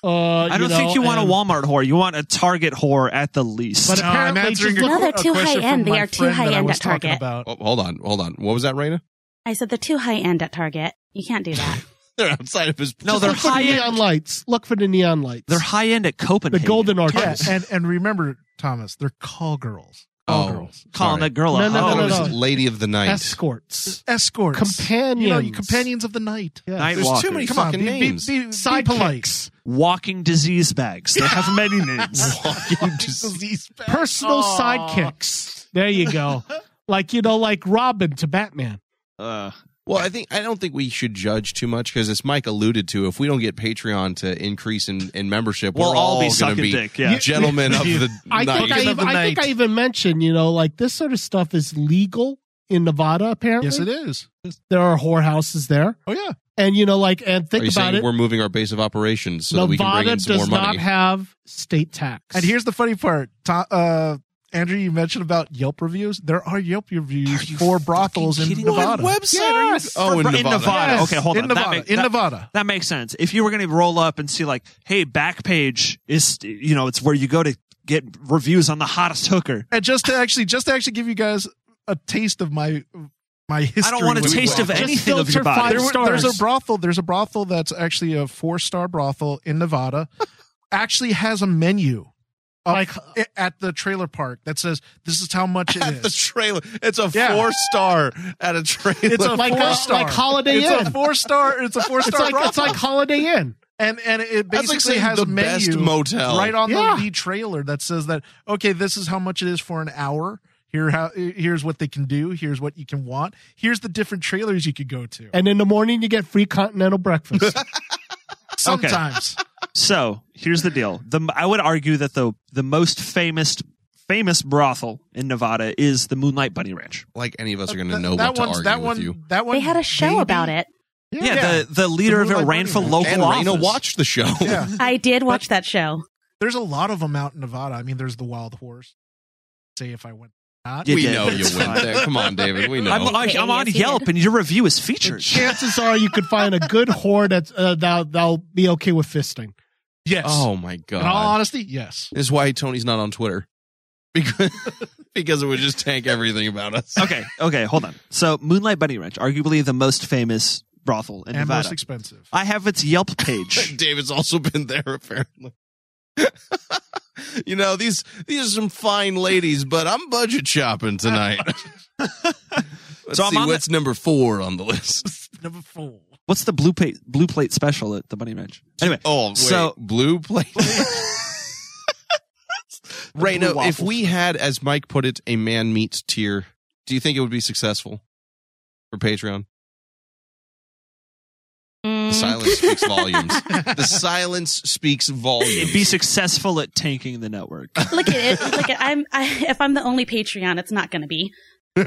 Uh, I don't know, think you want a and- Walmart whore. You want a Target whore at the least. But No, I'm answering just a, look- No, they're a too question high-end. from They my are too friend that I high-end was at talking Target. About. Oh, hold on, hold on. What was that, Raina? [LAUGHS] I said they're too high end at Target. You can't [LAUGHS] do that. They're outside of his. No, Just they're look for the high neon end. lights. Look for the neon lights. They're high end at Copenhagen. the golden Yeah, arches. and and remember, Thomas, they're call girls. Call Oh, girls. Calling a girl No, a no, hoe. no, It no, was no. Lady of the Night. Escorts, Escorts. companions, You know, you companions of the night. Yeah. Night There's too walkers. many Come on, fucking be, be, names. be, be Sidekicks. polite. [LAUGHS] Walking disease bags. They have many names. Walking dis- personal sidekicks. There you [LAUGHS] go. like you know, like Robin to Batman. Uh, Well, I think I don't think we should judge too much because, as Mike alluded to, if we don't get Patreon to increase in, in membership, We'll we're all be going to sucking be dick, yeah. [LAUGHS] gentlemen of the [LAUGHS] I think I, night. of even, the I think I night. even mentioned, you know, like this sort of stuff is legal in Nevada. Apparently, Yes, it is. there are whorehouses there, Oh yeah. and you know, like, and Are you think about saying it. we're moving our base of operations so that we can bring Nevada in some more does [LAUGHS] not money? have state tax. And here's the funny part. To, uh, Andrew, you mentioned about Yelp reviews. There are Yelp reviews for brothels in kidding me? Nevada. What website are you- Yes. Oh, in For- Nevada. Nevada. Okay, hold in on. That Nevada. make- in that- Nevada. that makes sense. If you were going to roll up and see, like, hey, Backpage is, you know, it's where you go to get reviews on the hottest hooker. And just to actually, just to actually give you guys a taste of my my history. I don't want a with taste of brothels. anything of your filter five body. Uh, There were- stars. There's a brothel. There's a brothel that's actually a four star brothel in Nevada. [LAUGHS] actually has a menu. up Like- uh, i- at the trailer park that says this is how much it At the is. trailer, it's a Yeah. four star at a trailer. It's a [LAUGHS] Like, uh, four star, like Holiday It's Inn. a four star. It's a four it's star. like it's like Holiday Inn. and and it That's like basically saying has the a menu best motel. right on Yeah. the lead trailer that says that okay, this is how much it is for an hour. Here how here's what they can do. Here's what you can want. Here's the different trailers you could go to. And in the morning, you get free continental breakfast. [LAUGHS] Sometimes So here's the deal. The, I would argue that the the most famous famous brothel in Nevada is the Moonlight Bunny Ranch. like any of us are going to Th- know that what to one's- argue that with one, you. That one They had a show maybe- about it. Yeah, Yeah, the, the leader The of it Moonlight ran Bunny for Ranch. local And office. Raina watched the [LAUGHS] show. Yeah. I did watch that show. There's a lot of them out in Nevada. I mean, there's the Wild Horse. Say if I went not. You we did. know you It's [LAUGHS] went fine. there. Come on, David. We know. I'm, on- Okay, I'm on yes, you Yelp, did. and your review is featured. Chances are you could find a good whore that's, uh, that'll, that'll be okay with fisting. Yes. oh my god. in all honesty, yes. This is why Tony's not on Twitter. [LAUGHS] Because, because it would just tank everything about us. okay, okay, hold on. So Moonlight Bunny Ranch, arguably the most famous brothel in and Nevada. most expensive. I have its Yelp page. [LAUGHS] David's also been there apparently. you know these these are some fine ladies, but I'm budget [LAUGHS] shopping tonight. Let's So I'm see on the- what's number four on the list. [LAUGHS] Number four. What's the blue plate blue plate special at the Bunny Ranch? Anyway, Oh, wait, So- [LAUGHS] blue plate. [LAUGHS] Ray, Blue no, if waffle. we had, as Mike put it, a man meat tier, do you think it would be successful for Patreon? Mm. The silence [LAUGHS] speaks volumes. The silence speaks volumes. it'd be successful at tanking the network. Look at it. Look at I'm. I, if I'm the only Patreon, it's not going to be. [LAUGHS] well,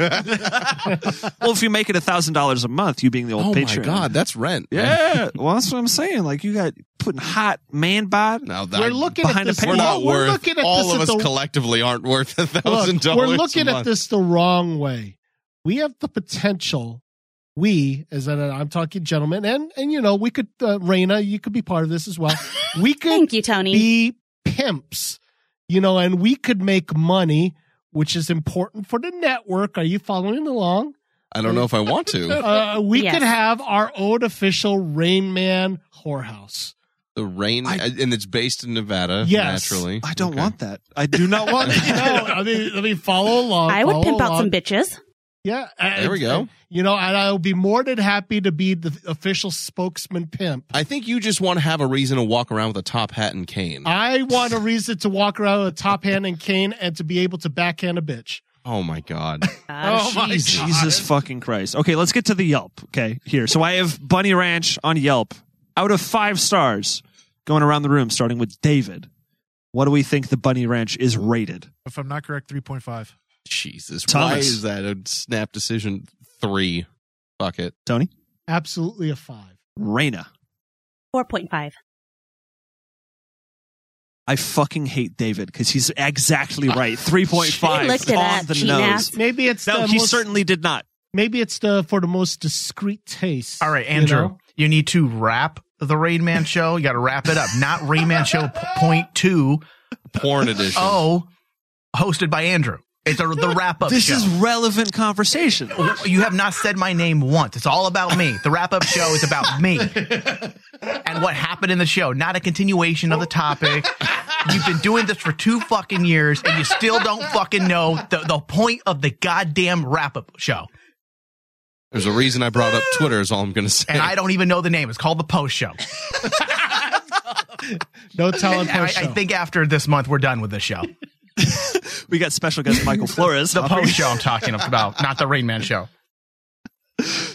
if you make it a thousand dollars a month, you being the old oh Patreon. my god, that's rent. Yeah, well, that's what I'm saying. Like you got putting hot man bod. Now that We're looking at behind a this. paywall. we're not we're worth looking at all this of at us the- collectively aren't worth a thousand Look, dollars. we're looking a at month. this the wrong way. We have the potential. We, as in, I'm talking gentlemen, and and you know, we could, uh, Raina, you could be part of this [LAUGHS] as well. We could Thank you, Tony. be pimps, you know, and we could make money, which is important for the network. Are you following along? I don't know if I want [LAUGHS] to. [LAUGHS] Uh, we Yes. could have our own official Rain Man [LAUGHS] whorehouse. The rain, uh, I- and it's based in Nevada. Yes. naturally. I don't Okay. want that. I do not want no, that. I mean, I mean, follow along. I would follow pimp out along. some bitches. Yeah, There we go. You know, and I'll be more than happy to be the official spokesman pimp. I think you just want to have a reason to walk around with a top hat and cane. I want a reason to walk around with a top hand and cane and to be able to backhand a bitch. Oh my god. Oh my Jesus fucking Christ. Okay, let's get to the Yelp. Okay, here. So I have Bunny Ranch on Yelp out of five stars going around the room, starting with David. What do we think the Bunny Ranch is rated? If I'm not correct, 3.5. [LAUGHS] Jesus. Why Thomas. is that a snap decision three? Fuck it. Tony? Absolutely a five. Raina. 4.5. I fucking hate David because he's exactly right. 3.5 She looked it on up, the she nose. asked. Maybe it's No, the he most- certainly did not. Maybe it's the for the most discreet taste. All right, Andrew, you, need to wrap the Rain Man show. You got to wrap it up. Not Rain Man show p- point two. [LAUGHS] Porn edition. Oh, hosted by Andrew. It's a, the wrap up. This show. is relevant conversation. You have not said my name once. It's all about me. The wrap up show is [LAUGHS] about me and what happened in the show, not a continuation of the topic. You've been doing this for two fucking years and you still don't fucking know the, the point of the goddamn wrap up show. There's a reason I brought up Twitter, is all I'm going to say. And I don't even know the name. It's called the post show. [LAUGHS] no telling I, post I show. think after this month, we're done with this show. we got special guest Michael Flores. the post show I'm [LAUGHS] talking about, not the Rain Man show.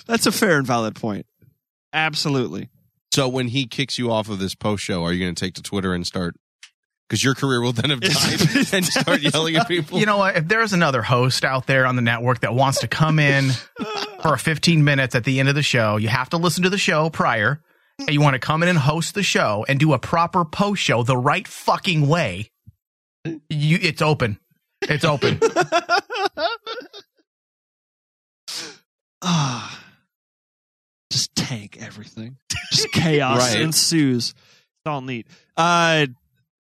That's a fair and valid point. Absolutely. So when he kicks you off of this post show, are you going to take to Twitter and start? Because your career will then have died and start yelling at people. You know what? If there's another host out there on the network that wants to come in for 15 minutes at the end of the show, you have to listen to the show prior. And you want to come in and host the show and do a proper post show the right fucking way. You, it's open. It's open. Ah, just tank everything. Just chaos Right. ensues. It's all neat. Uh,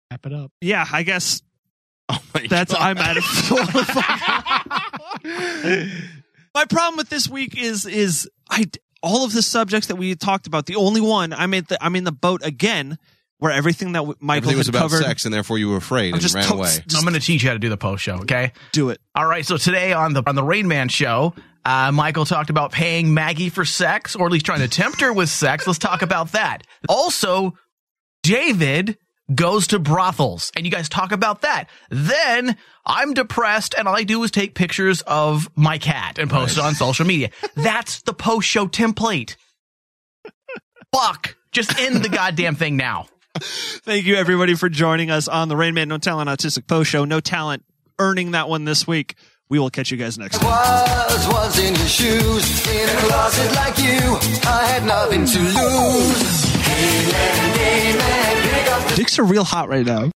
Wrap it up. Yeah, I guess. that's I'm out of four. My problem with this week is is I all of the subjects that we had talked about. The only one I'm in the I'm in the boat again, where everything that w- Michael Everything was had about covered. sex, and therefore you were afraid and just ran to- away. I'm going to teach you how to do the post show. Okay, do it. All right. So today on the on the Rain Man show, uh, Michael talked about paying Maggie for sex, or at least trying to tempt her with sex. Let's talk about that. Also, David goes to brothels, and you guys talk about that. Then I'm depressed, and all I do is take pictures of my cat and post it on social media. That's the post show template. Fuck. Just end the goddamn thing now. Thank you everybody for joining us on the Rain Man No Talent Autistic Post Show. No talent earning that one this week. We will catch you guys next. week. Was, was in your shoes, in a closet like you. I had nothing to lose. Hey man, hey man, pick up Dicks are real hot right now.